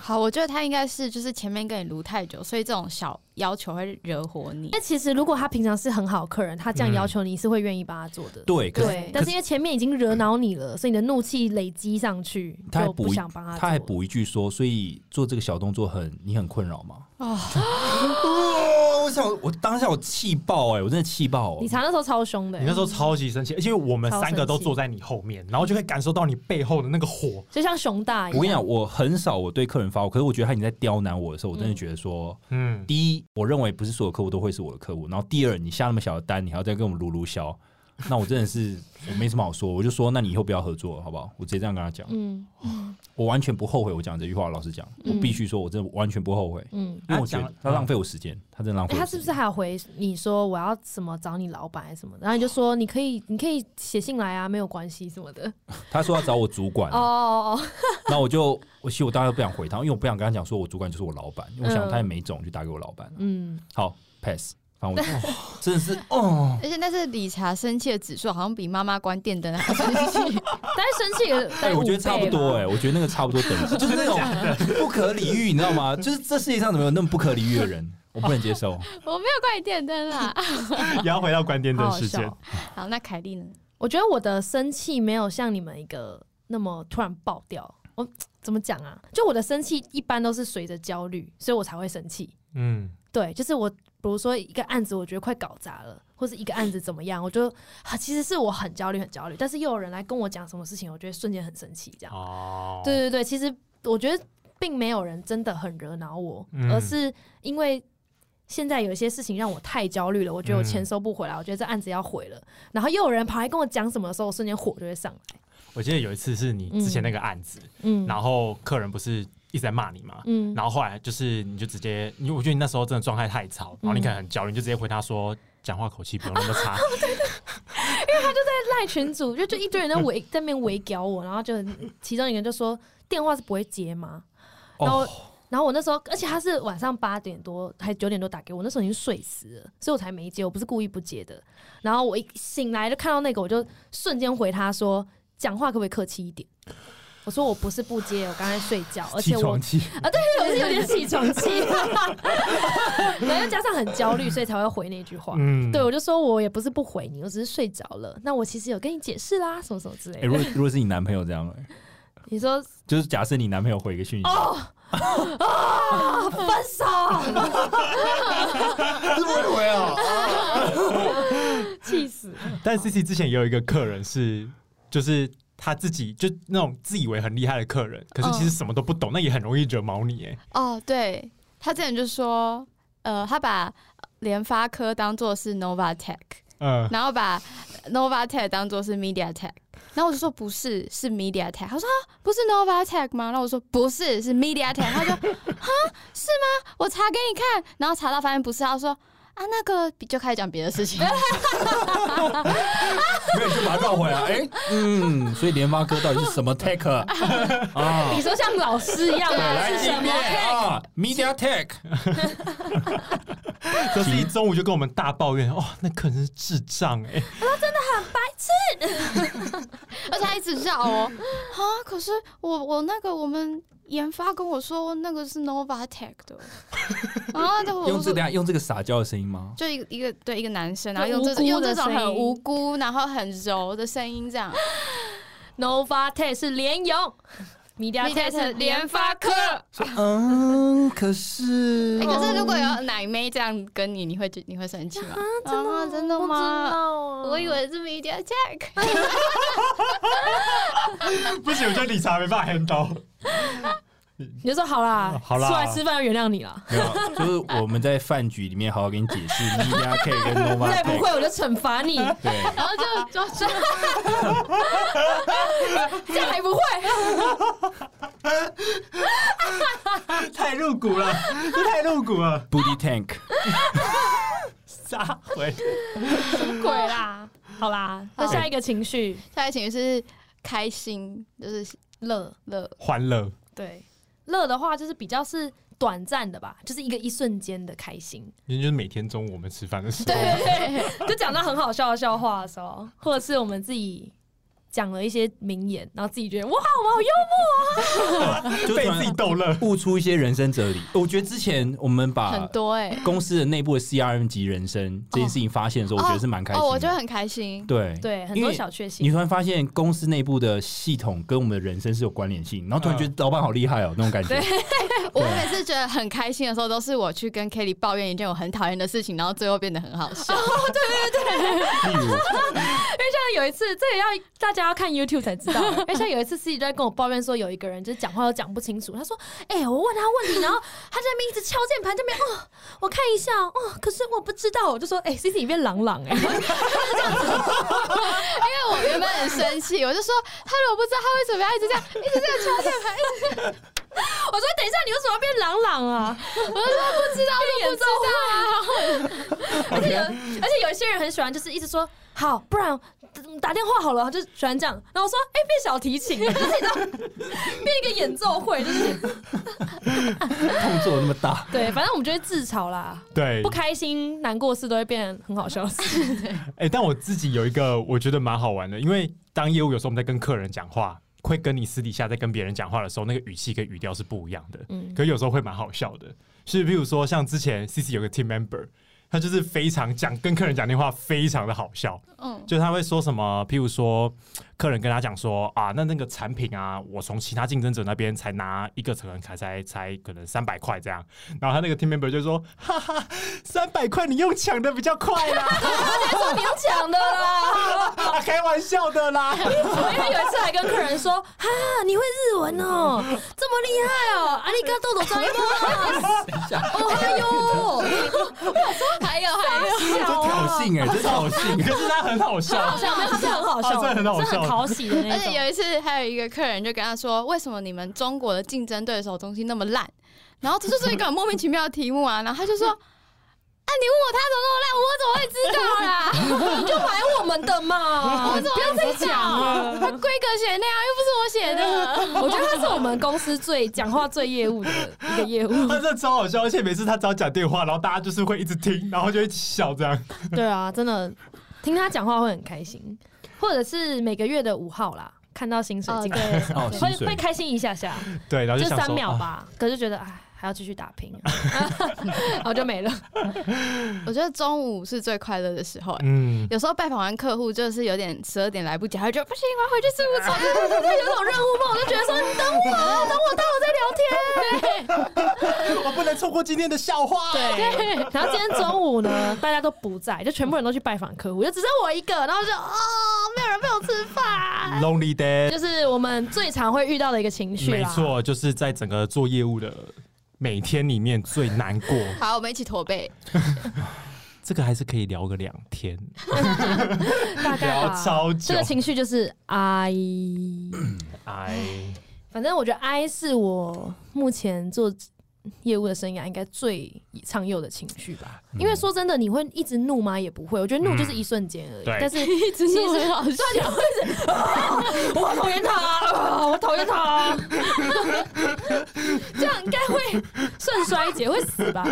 Speaker 1: 好，我觉得他应该是就是前面跟你撸太久，所以这种小要求会惹火你
Speaker 3: 那。其实如果他平常是很好客人，他这样
Speaker 2: 嗯
Speaker 3: 要求你是会愿意帮他做的。
Speaker 4: 对，可是
Speaker 1: 对
Speaker 3: 但是因为前面已经惹恼你了，所以你的怒气累积上去，
Speaker 4: 他还
Speaker 3: 就
Speaker 4: 补
Speaker 3: 不
Speaker 4: 一
Speaker 3: 想帮他做。
Speaker 4: 他还补一句说，所以做这个小动作很你很困扰吗？
Speaker 1: 哦，
Speaker 4: 哦， 我想我当下我气爆哎、我真的气爆、哦。
Speaker 3: 理查那时候超凶的、欸
Speaker 2: 你那时候超级生气，而且我们
Speaker 3: 超
Speaker 2: 三个
Speaker 3: 生
Speaker 2: 都
Speaker 3: 气
Speaker 2: 坐在你后面，然后就可以感受到你背后的那个火。
Speaker 3: 就像熊大一样。
Speaker 4: 我跟你讲，我很少我对客人发火，可是我觉得他已经在刁难我的时候，我真的
Speaker 3: 嗯
Speaker 4: 觉得说，
Speaker 2: 嗯，
Speaker 4: 第一，我认为不是所有客户都会是我的客户，然后第二，你下那么小的单，你还要再跟我们撸撸销，那我真的是我没什么好说，我就说那你以后不要合作了，好不好？我直接这样跟他讲，
Speaker 3: 嗯
Speaker 4: 我完全不后悔我讲这句话。老实讲，我必须说，我真的完全不后悔，
Speaker 3: 嗯。
Speaker 4: 因为我觉得他
Speaker 2: 嗯
Speaker 4: 浪费我时间，他真的浪费
Speaker 3: 欸
Speaker 4: 我
Speaker 3: 他
Speaker 4: 时
Speaker 3: 是不
Speaker 4: 间。
Speaker 3: 是还有回你说我要什么找你老板还是什么的？然后你就说你可以，你可以写信来啊，没有关系什么的。
Speaker 4: 他说要找我主管
Speaker 3: 哦，哦
Speaker 4: 那我就我其实我当然不想回他，因为我不想跟他讲说我主管就是我老板，因为我想
Speaker 3: 嗯
Speaker 4: 他也没种，就打给我老板。
Speaker 3: 嗯，
Speaker 4: 好，pass。反正我真的是哦，
Speaker 1: 而且那是理查生气的指数，好像比妈妈关电灯还生气。
Speaker 3: 但是生气了，
Speaker 4: 哎，我觉得差不多
Speaker 3: 哎，
Speaker 4: 哎，我觉得那个差不多等级，就是那种不可理喻，你知道吗？就是这世界上怎么有那么不可理喻的人？ 我不能 接受。
Speaker 1: 我没有关你电灯啦，
Speaker 2: 也要回到关电
Speaker 1: 好
Speaker 2: 灯
Speaker 1: 好
Speaker 2: 事件
Speaker 1: 笑。。好，那凯莉呢？
Speaker 3: 我觉得我的生气没有像你们一个那么突然爆掉。我怎么讲啊？就我的生气一般都是随着焦虑，所以我才会生气。
Speaker 2: 嗯，
Speaker 3: 对，就是我，比如说一个案子，我觉得快搞砸了，或是一个案子怎么样，我就、啊、其实是我很焦虑，很焦虑。但是又有人来跟我讲什么事情，我就会瞬间很生气，这样。
Speaker 2: 哦，
Speaker 3: 对，对对，其实我觉得并没有人真的很惹恼我，
Speaker 2: 嗯
Speaker 3: 而是因为现在有一些事情让我太焦虑了，我觉得我钱
Speaker 2: 嗯
Speaker 3: 收不回来，我觉得这案子要毁了。然后又有人跑来跟我讲什么的时候，我瞬间火就会上来。
Speaker 2: 我记得有一次是你之前那个案子，
Speaker 3: 嗯，
Speaker 2: 然后客人不是一直在骂你嘛，
Speaker 3: 嗯
Speaker 2: 然后后来就是你就直接，因为我觉得你那时候真的状态太吵，然后你可能很焦虑，你就直接回他说。讲话口气不用那么差，
Speaker 3: 赖群主就就一堆人在围在那边围剿我，然后就其中一个人就说电话是不会接吗？然后。
Speaker 4: 哦，
Speaker 3: 然后我那时候，而且他是晚上八点多还九点多打给我，那时候已经睡死了，所以我才没接，我不是故意不接的。然后我一醒来就看到那个，我就瞬间回他说：“讲话可不可以客气一点？”我说：“我不是不接，我刚才睡觉，而
Speaker 2: 起
Speaker 3: 且我
Speaker 2: 床 气。
Speaker 3: 对我是有点起床气， 然后又加上很焦虑，所以才会回那句话。
Speaker 2: 嗯
Speaker 3: 对，我就说我也不是不回你，我只是睡着了。那我其实有跟你解释啦，什么什么之类
Speaker 4: 哎，
Speaker 3: 的。
Speaker 4: 如果如果是你男朋友这样，哎
Speaker 3: 你说
Speaker 4: 就是假设你男朋友回一个讯息，
Speaker 3: 哦啊，分手，
Speaker 4: 是不会回啊。
Speaker 3: 气死！
Speaker 2: 但 C C 之前也有一个客人是，就是他自己就那种自以为很厉害的客人，可是其实什么都不懂，那也很容易惹毛你哎。
Speaker 1: 哦，对他之前就说，呃，他把联发科当做是 Novatech，
Speaker 2: 嗯，
Speaker 1: 然后把 Novatech 当做是 MediaTek，然后我就说不是，是 MediaTek。他说啊，不是 Novatech 吗？然后我说不是，是 MediaTek。他说 啊，是吗？我查给你看，然后查到发现不是，他说啊，那个就开始讲别的事 情。
Speaker 4: 没有就把它绕回来。哎、嗯，所以联发科到底是什么 tech 啊？
Speaker 3: 你说像老师一样
Speaker 4: 对，
Speaker 3: 吗？
Speaker 4: 来
Speaker 3: 是
Speaker 4: 见
Speaker 3: 什么
Speaker 4: 面？啊，Media Tech。
Speaker 2: 可是一中午就跟我们大抱怨，哇、那客人是智障哎。
Speaker 1: 而且他一直绕哦，啊！可是我我那个我们研发跟我说那个是 Novatech 的，然后就 我
Speaker 4: 用这
Speaker 1: 说
Speaker 4: 等下用这个撒娇的声音 吗？
Speaker 1: 就一个一个对一个男生，然后
Speaker 3: 就
Speaker 1: 用这
Speaker 3: 无
Speaker 1: 种
Speaker 3: 辜
Speaker 1: 用
Speaker 3: 的
Speaker 1: 这种
Speaker 3: 声
Speaker 1: 很
Speaker 3: 音
Speaker 1: 无辜然后很柔的声音这 样，
Speaker 3: Novatech 是联咏，MediaTek 是联发科。
Speaker 4: 嗯，可是
Speaker 1: 哎、可是如果有奶妹这样跟你，你会觉你会生气吗？啊真的吗？我以为是 media check，
Speaker 2: 不行，我觉得理查没办法 handle。
Speaker 3: 你就说好啦，
Speaker 2: 好啦
Speaker 3: 出来吃饭要原谅你了。
Speaker 4: 没有，就是我们在饭局里面好好给你解 释 Media Tech 跟 Nova
Speaker 3: 再不
Speaker 4: Tech。
Speaker 3: 会我就惩罚 你，
Speaker 4: 对，
Speaker 1: 然后就装睡。
Speaker 3: 这样还不会？
Speaker 2: 太入骨了，这太入骨了，
Speaker 4: Booty Tank。
Speaker 2: 撒回。
Speaker 3: 鬼啦！好啦，那
Speaker 1: 好
Speaker 3: 下一个情绪
Speaker 1: 下一个情绪是开心，就是
Speaker 3: 乐，
Speaker 1: 乐，
Speaker 2: 欢乐，
Speaker 3: 对乐的话就是比较是短暂的吧，就是一个一瞬间的开 心。
Speaker 2: 也就是每天中午我们吃饭的时候，
Speaker 3: 就讲到很好笑的笑话的时候，或者是我们自己讲了一些名言，然后自己觉得哇，我们好幽
Speaker 4: 就
Speaker 2: 被
Speaker 4: 突然
Speaker 2: 自己逗乐。
Speaker 4: 悟出一些人生哲理。我觉得之前我们
Speaker 1: 很
Speaker 4: 把
Speaker 1: 多哎、欸。
Speaker 4: 公司的内部的 CRM 及人生这件事情发现的时候，我觉得是蛮开心
Speaker 1: 哦，我觉得
Speaker 4: 的。
Speaker 1: 很开心。
Speaker 4: 对
Speaker 3: 默，对，很
Speaker 4: 因
Speaker 3: 多
Speaker 4: 为
Speaker 3: 小确幸
Speaker 4: 你。突然发现公司内部的系统跟我们的人生是有关联性，然后突
Speaker 1: 嗯
Speaker 4: 然觉得老板好厉害哦，那种感 觉。
Speaker 1: 我每次觉得很开心的时候，都是我去跟 Kelly 抱怨一件我很讨厌的事情，然后最后变得很好笑。
Speaker 4: 例如，
Speaker 3: 因为像有一次，这也要大家家要看 YouTube 才知道。而且有一次司机就在跟我抱怨说，有一个人就是讲话都讲不清楚。他说：“哎、我问他问题，然后他在那边一直敲键盘，这边哦，我看一下哦，可是我不知道。”我就说：“哎、c C 你变朗朗哎、
Speaker 1: 哦因为我原本很生气，我就说他如果不知道他为什么要一直这样，一直这样敲键盘，一直
Speaker 3: 我说：“哎等一下，你为什么要变朗朗啊？”
Speaker 1: 我就说不知道就不知道啊。
Speaker 3: 而且有，而且有一些人很喜欢，就是一直说好，不然嗯打电话好了，就喜欢这样。然后我说，哎、变小提琴，就是你知道，变一个演奏会，就是
Speaker 4: 动作那么大，
Speaker 3: 对，反正我们就会自嘲啦，
Speaker 2: 对
Speaker 3: 不，开心、难过的事都会变得很好笑的 事。
Speaker 2: 哎、但我自己有一个我觉得蛮好玩的，因为当业务有时候我们在跟客人讲话，会跟你私底下在跟别人讲话的时候，那个语气跟语调是不一样的。
Speaker 3: 嗯
Speaker 2: 可有时候会蛮好笑的，是比如说像之前 CC 有个 team member，他就是非常讲跟客人讲电话非常的好笑，
Speaker 1: 嗯，
Speaker 2: 就是他会说什么，譬如说客人跟他讲说啊，那那个产品啊，我从其他竞争者那边才拿一个可能才才才可能三百块这样，然后他那个 team member 就说哈哈，三百块你用抢的比较快啦，
Speaker 3: 说你用讲的啦，
Speaker 2: 啊 开玩笑的啦。
Speaker 3: 我因为有一次还跟客人说，哈，你会日文哦，这么厉害哦，阿里嘎豆豆张一
Speaker 1: 哦还有，还有还有，
Speaker 4: 这
Speaker 3: 哦
Speaker 4: 挑衅哎，这挑衅，
Speaker 2: 可是他很好笑，
Speaker 3: 好笑，没有，他是很好
Speaker 2: 他
Speaker 3: 笑，
Speaker 2: 哦真的很好
Speaker 3: 是
Speaker 2: 笑
Speaker 3: 很讨喜的那
Speaker 1: 而
Speaker 3: 种
Speaker 1: 且。有一次还有一个客人就跟他说，为什么你们中国的竞争对手东西那么烂？然后这就是一个很莫名其妙的题目啊，然后他就说。啊！你问我他怎么那么 烂，我怎么会知道啦？
Speaker 3: 你啊就买 我们的嘛，
Speaker 1: 我怎么
Speaker 3: 不要再讲了。
Speaker 1: 规格写那样，又不是我写的。
Speaker 3: 我觉得他是我们公司最讲话最业务的一个业务。
Speaker 2: 他真的超好笑，而且每次他只要讲电话，然后大家就是会一直听，然后就一起笑这样。
Speaker 3: 对啊，真的听他讲话会很开心，或者是每个月的五号啦，看到薪水进来，
Speaker 1: 对
Speaker 4: 哦，
Speaker 3: 会
Speaker 4: 薪
Speaker 3: 会
Speaker 4: 水
Speaker 3: 开心一下下，
Speaker 2: 对，然后
Speaker 3: 就
Speaker 2: 就想
Speaker 3: 三
Speaker 2: 说，
Speaker 3: 秒
Speaker 2: 啊
Speaker 3: 吧。可是觉得哎，还要继续打拼， 然后就没 了。
Speaker 1: 我觉得中午是最快乐的时候、欸
Speaker 2: 嗯，
Speaker 1: 有时候拜访完客户，就是有点十二点来不及，他就觉得不行，我要回去吃午餐，对对对对，有种任务梦，我就觉得说你等我，
Speaker 3: 啊
Speaker 1: 等我到我再聊天。
Speaker 2: 我不能错过今天的笑话。
Speaker 3: 对，然后今天中午呢，大家都不在，就全部人都去拜访客户，就只剩我一个，然后就哦，没有人陪我吃饭，
Speaker 2: Lonely Day，
Speaker 3: 就是我们最常会遇到的一个情绪啦。
Speaker 2: 没错，就是在整个做业务的每天里面最难过，
Speaker 1: 好，我们一起驼背。
Speaker 2: 这个还是可以聊个两天，
Speaker 3: 大概
Speaker 2: 聊
Speaker 3: 吧。
Speaker 2: 超久
Speaker 3: 啊这个。情绪就是哀，
Speaker 2: 哎，
Speaker 3: 反正我觉得哀是我目前做业务的生涯应该最常有的情绪吧。
Speaker 4: 嗯
Speaker 3: 因为说真的，你会一直怒吗？也不会。我觉得怒就是一瞬间而已。
Speaker 2: 对
Speaker 3: 但是一直
Speaker 1: 怒很好笑
Speaker 3: 对，你会一直啊我讨厌他，啊我讨厌他， 这样应该会肾衰竭，会死吧？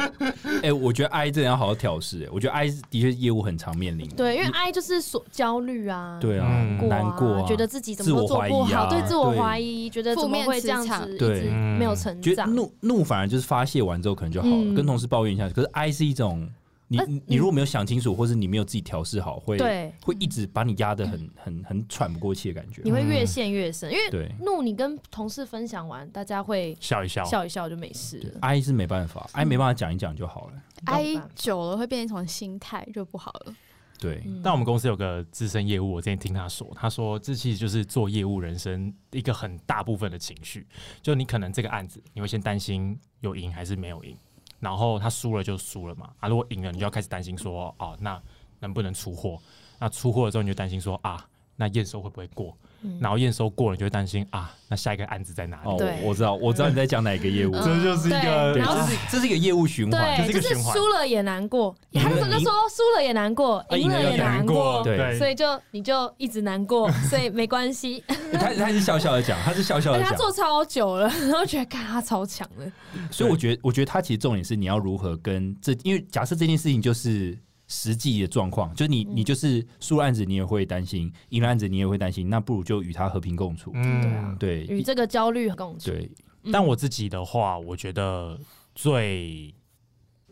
Speaker 4: 哎，我觉得 I 这人要好好调试。哎我觉得 I 的确业务很常面临，
Speaker 3: 对，因啊为哀就是所焦虑啊。
Speaker 4: 嗯对啊
Speaker 2: 嗯，
Speaker 3: 啊
Speaker 4: 难过啊，
Speaker 3: 觉得自己怎么都
Speaker 4: 自我
Speaker 3: 做
Speaker 4: 怀疑
Speaker 3: 不好，
Speaker 4: 啊
Speaker 3: 对自我
Speaker 4: 对
Speaker 3: 怀疑，觉得
Speaker 1: 负
Speaker 3: 怎么
Speaker 1: 面
Speaker 3: 会
Speaker 1: 磁
Speaker 3: 这样
Speaker 1: 场
Speaker 3: 子，一
Speaker 4: 对
Speaker 3: 直没有成
Speaker 4: 觉得
Speaker 3: 长。
Speaker 4: 怒怒反而就是发泄完之后可能就好了，
Speaker 3: 嗯
Speaker 4: 跟同事抱怨一下。可是 I 是一种，你、
Speaker 3: 呃
Speaker 4: 你你如果没有想清楚，或是你没有自己调试好，会
Speaker 3: 对
Speaker 4: 会一直把你压得很很很喘不过气的感觉
Speaker 3: 你。会越陷越深，因为
Speaker 4: 对
Speaker 3: 怒你跟同事分享完，大家会
Speaker 2: 笑一笑，
Speaker 3: 笑一笑就没事
Speaker 4: 对
Speaker 3: 了。
Speaker 4: ，I 是没办法，I
Speaker 3: 嗯
Speaker 4: 没办法讲一讲就好了。
Speaker 1: 哀
Speaker 3: 懂吧
Speaker 1: 久了会变成一种心态，就不好了。
Speaker 4: 对，
Speaker 3: 嗯
Speaker 2: 但我们公司有个资深业务，我之前听他说，他说这其实就是做业务人生一个很大部分的情绪，就你可能这个案子，你会先担心有赢还是没有赢，然后他输了就输了嘛，啊，如果赢了，你就要开始担心说，哦，那能不能出货？那出货了之后，你就担心说啊，那验收会不会过？然后验收过了，你就会担心啊，那下一个案子在哪里？
Speaker 4: 哦，
Speaker 3: 对
Speaker 4: 我我知道，我知道你在讲哪个业务，
Speaker 1: 嗯
Speaker 2: 就是
Speaker 3: 对
Speaker 4: 对，
Speaker 3: 然后
Speaker 4: 这是这是一个业务循环，
Speaker 3: 对，
Speaker 2: 这是一
Speaker 3: 就
Speaker 2: 个
Speaker 3: 是
Speaker 2: 循环
Speaker 3: 输了也难过，他那时候就
Speaker 4: 赢
Speaker 3: 说输了也难过，
Speaker 2: 哎
Speaker 4: 啊
Speaker 3: 赢
Speaker 4: 赢了
Speaker 3: 了
Speaker 4: 也
Speaker 3: 也
Speaker 4: 难
Speaker 3: 难
Speaker 2: 过
Speaker 3: 过，
Speaker 4: 对
Speaker 3: 所以就你就一直难过，所以没关系。
Speaker 4: 他他是笑笑的讲，他是笑笑
Speaker 3: 而
Speaker 4: 的
Speaker 3: 且他
Speaker 4: 讲，
Speaker 3: 做超久了， 然后觉得看他超强的，
Speaker 4: 所以我觉得我觉得他其实重点是你要如何跟这，因为假设这件事情就是实际的状况，就是你
Speaker 3: 嗯
Speaker 4: 你就是输了案子你也会担心，赢了案子你也会担心，那不如就与他和平共处。
Speaker 3: 对啊
Speaker 2: 嗯，
Speaker 4: 对
Speaker 3: 与这个焦虑共处。
Speaker 4: 对，
Speaker 2: 但我自己的话，我觉得最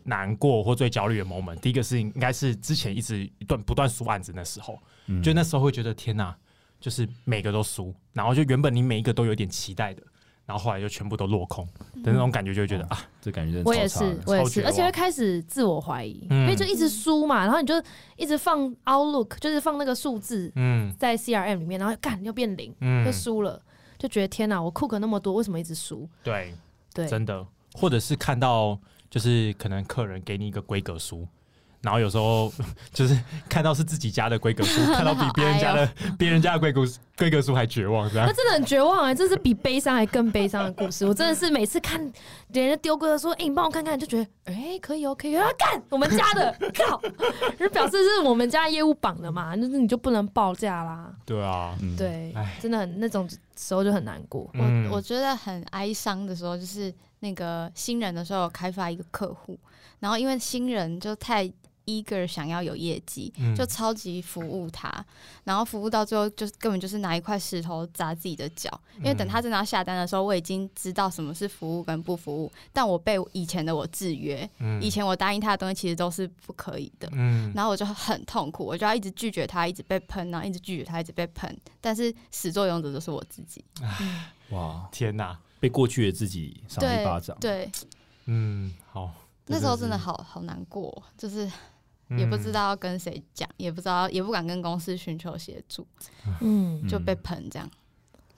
Speaker 2: 难过或最焦虑的 moment，第一个事情应该是之前一直不断不断输案子那时候，
Speaker 4: 嗯
Speaker 2: 就那时候会觉得天哪、就是每个都输，然后就原本你每一个都有点期待的，然后后来就全部都落空的那种感觉，就会觉得啊，
Speaker 4: 哦这感觉真的
Speaker 3: 我也
Speaker 4: 超差
Speaker 3: 是
Speaker 4: 的，
Speaker 3: 我也
Speaker 2: 超绝
Speaker 3: 是，
Speaker 2: 望
Speaker 3: 而且会开始自我怀疑，
Speaker 2: 嗯
Speaker 3: 因为就一直输嘛，然后你就一直放 Outlook，就是放那个数字
Speaker 2: 嗯
Speaker 3: 在 CRM 里面，然后干又变零，
Speaker 2: 嗯
Speaker 3: 就，输了，就觉得天哪，我 cook 那么多，为什么一直输？
Speaker 2: 对，
Speaker 3: 对，
Speaker 2: 真的，或者是看到就是可能客人给你一个规格书。然后有时候 就是看到是自己家的规格书，看到比别人家的别人家的规格书规格书还绝望，这样
Speaker 3: 那真的很绝望哎、这是比悲伤还更悲伤的故事。我真的是每次看人家丢过来说，哎、你帮我看看，就觉得哎、可以哦，可以哦，干我们家的，靠，就表示是我们家业务榜的嘛，就是你就不能报价啦。
Speaker 2: 对啊，
Speaker 4: 嗯，
Speaker 3: 对
Speaker 2: 唉，
Speaker 3: 真的很那种时候就很难过。
Speaker 2: 嗯
Speaker 1: 我我觉得很哀伤的时候，就是那个新人的时候有开发一个客户，然后因为新人就太 eager 想要有业绩，
Speaker 2: 嗯
Speaker 1: 就超级服务他，然后服务到最后就是根本就是拿一块石头砸自己的脚，因为
Speaker 2: 嗯
Speaker 1: 等他真的要下单的时候，我已经知道什么是服务跟不服务，但我被以前的我制约，
Speaker 2: 嗯
Speaker 1: 以前我答应他的东西其实都是不可以的，
Speaker 2: 嗯
Speaker 1: 然后我就很痛苦，我就要一直拒绝他，一直被喷，然后一直拒绝他，一直被喷，但是始作俑者都是我自己，
Speaker 4: 哇，
Speaker 2: 天哪，
Speaker 4: 被过去的自己赏
Speaker 1: 对
Speaker 4: 一巴掌，
Speaker 1: 对，
Speaker 2: 嗯，好，
Speaker 1: 那时候真的
Speaker 2: 是
Speaker 1: 好好难过，哦就是
Speaker 2: 嗯
Speaker 1: 也不知，道要跟谁讲，也不知道也不敢跟公司寻求协助，
Speaker 3: 嗯，
Speaker 4: 嗯
Speaker 1: 就被喷这样。
Speaker 2: 嗯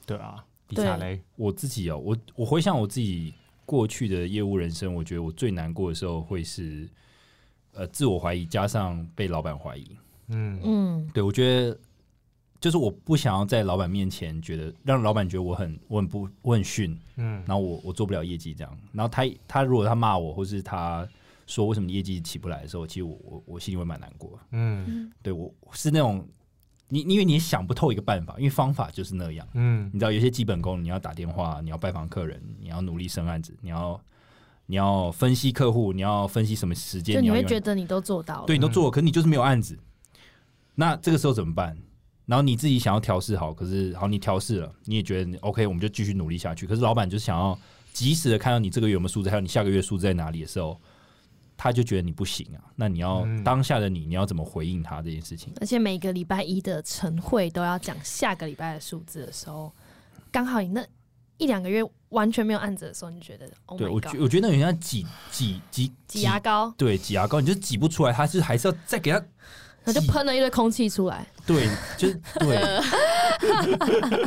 Speaker 2: 对啊，比
Speaker 3: 对
Speaker 2: 萨雷，
Speaker 4: 我自己哦，我我回想我自己过去的业务人生，我觉得我最难过的时候会是，呃，自我怀疑加上被老板怀疑。
Speaker 2: 嗯
Speaker 3: 嗯，
Speaker 4: 对我觉得，就是我不想要在老板面前觉得让老板觉得我很我很不我很逊，
Speaker 2: 嗯
Speaker 4: 然后我我做不了业绩这样。然后他他如果他骂我，或是他说为什么业绩起不来的时候，其实我我我心里会蛮难过的。
Speaker 2: 嗯
Speaker 4: 对我是那种你因为你也想不透一个办法，因为方法就是那样。
Speaker 2: 嗯
Speaker 4: 你知道有些基本功，你要打电话，你要拜访客人，你要努力生案子，你要你要分析客户，你要分析什么时间，
Speaker 3: 就你
Speaker 4: 要
Speaker 3: 会
Speaker 4: 用
Speaker 3: 觉得你都做到了，
Speaker 4: 对你都做了，可是你就是没有案子，那这个时候怎么办？然后你自己想要调试好，可是好你调试了，你也觉得你 OK，我们就继续努力下去。可是老板就想要及时的看到你这个月有没有数字，还有你下个月数字在哪里的时候，他就觉得你不行啊。那你要、
Speaker 2: 嗯
Speaker 4: 当下的你，你要怎么回应他这件事情？
Speaker 3: 而且每个礼拜一的晨会都要讲下个礼拜的数字的时候，刚好你那一两个月完全没有案子的时候，你就觉得 Oh
Speaker 4: 对
Speaker 3: my
Speaker 4: 我觉
Speaker 3: God，
Speaker 4: 我觉得那有点像挤挤挤
Speaker 3: 挤牙膏，
Speaker 4: 对，挤牙膏，你就挤不出来，他是还是要再给他，
Speaker 3: 然后就
Speaker 4: 挤
Speaker 3: 喷了一堆空气出来。
Speaker 4: 对，就是 对，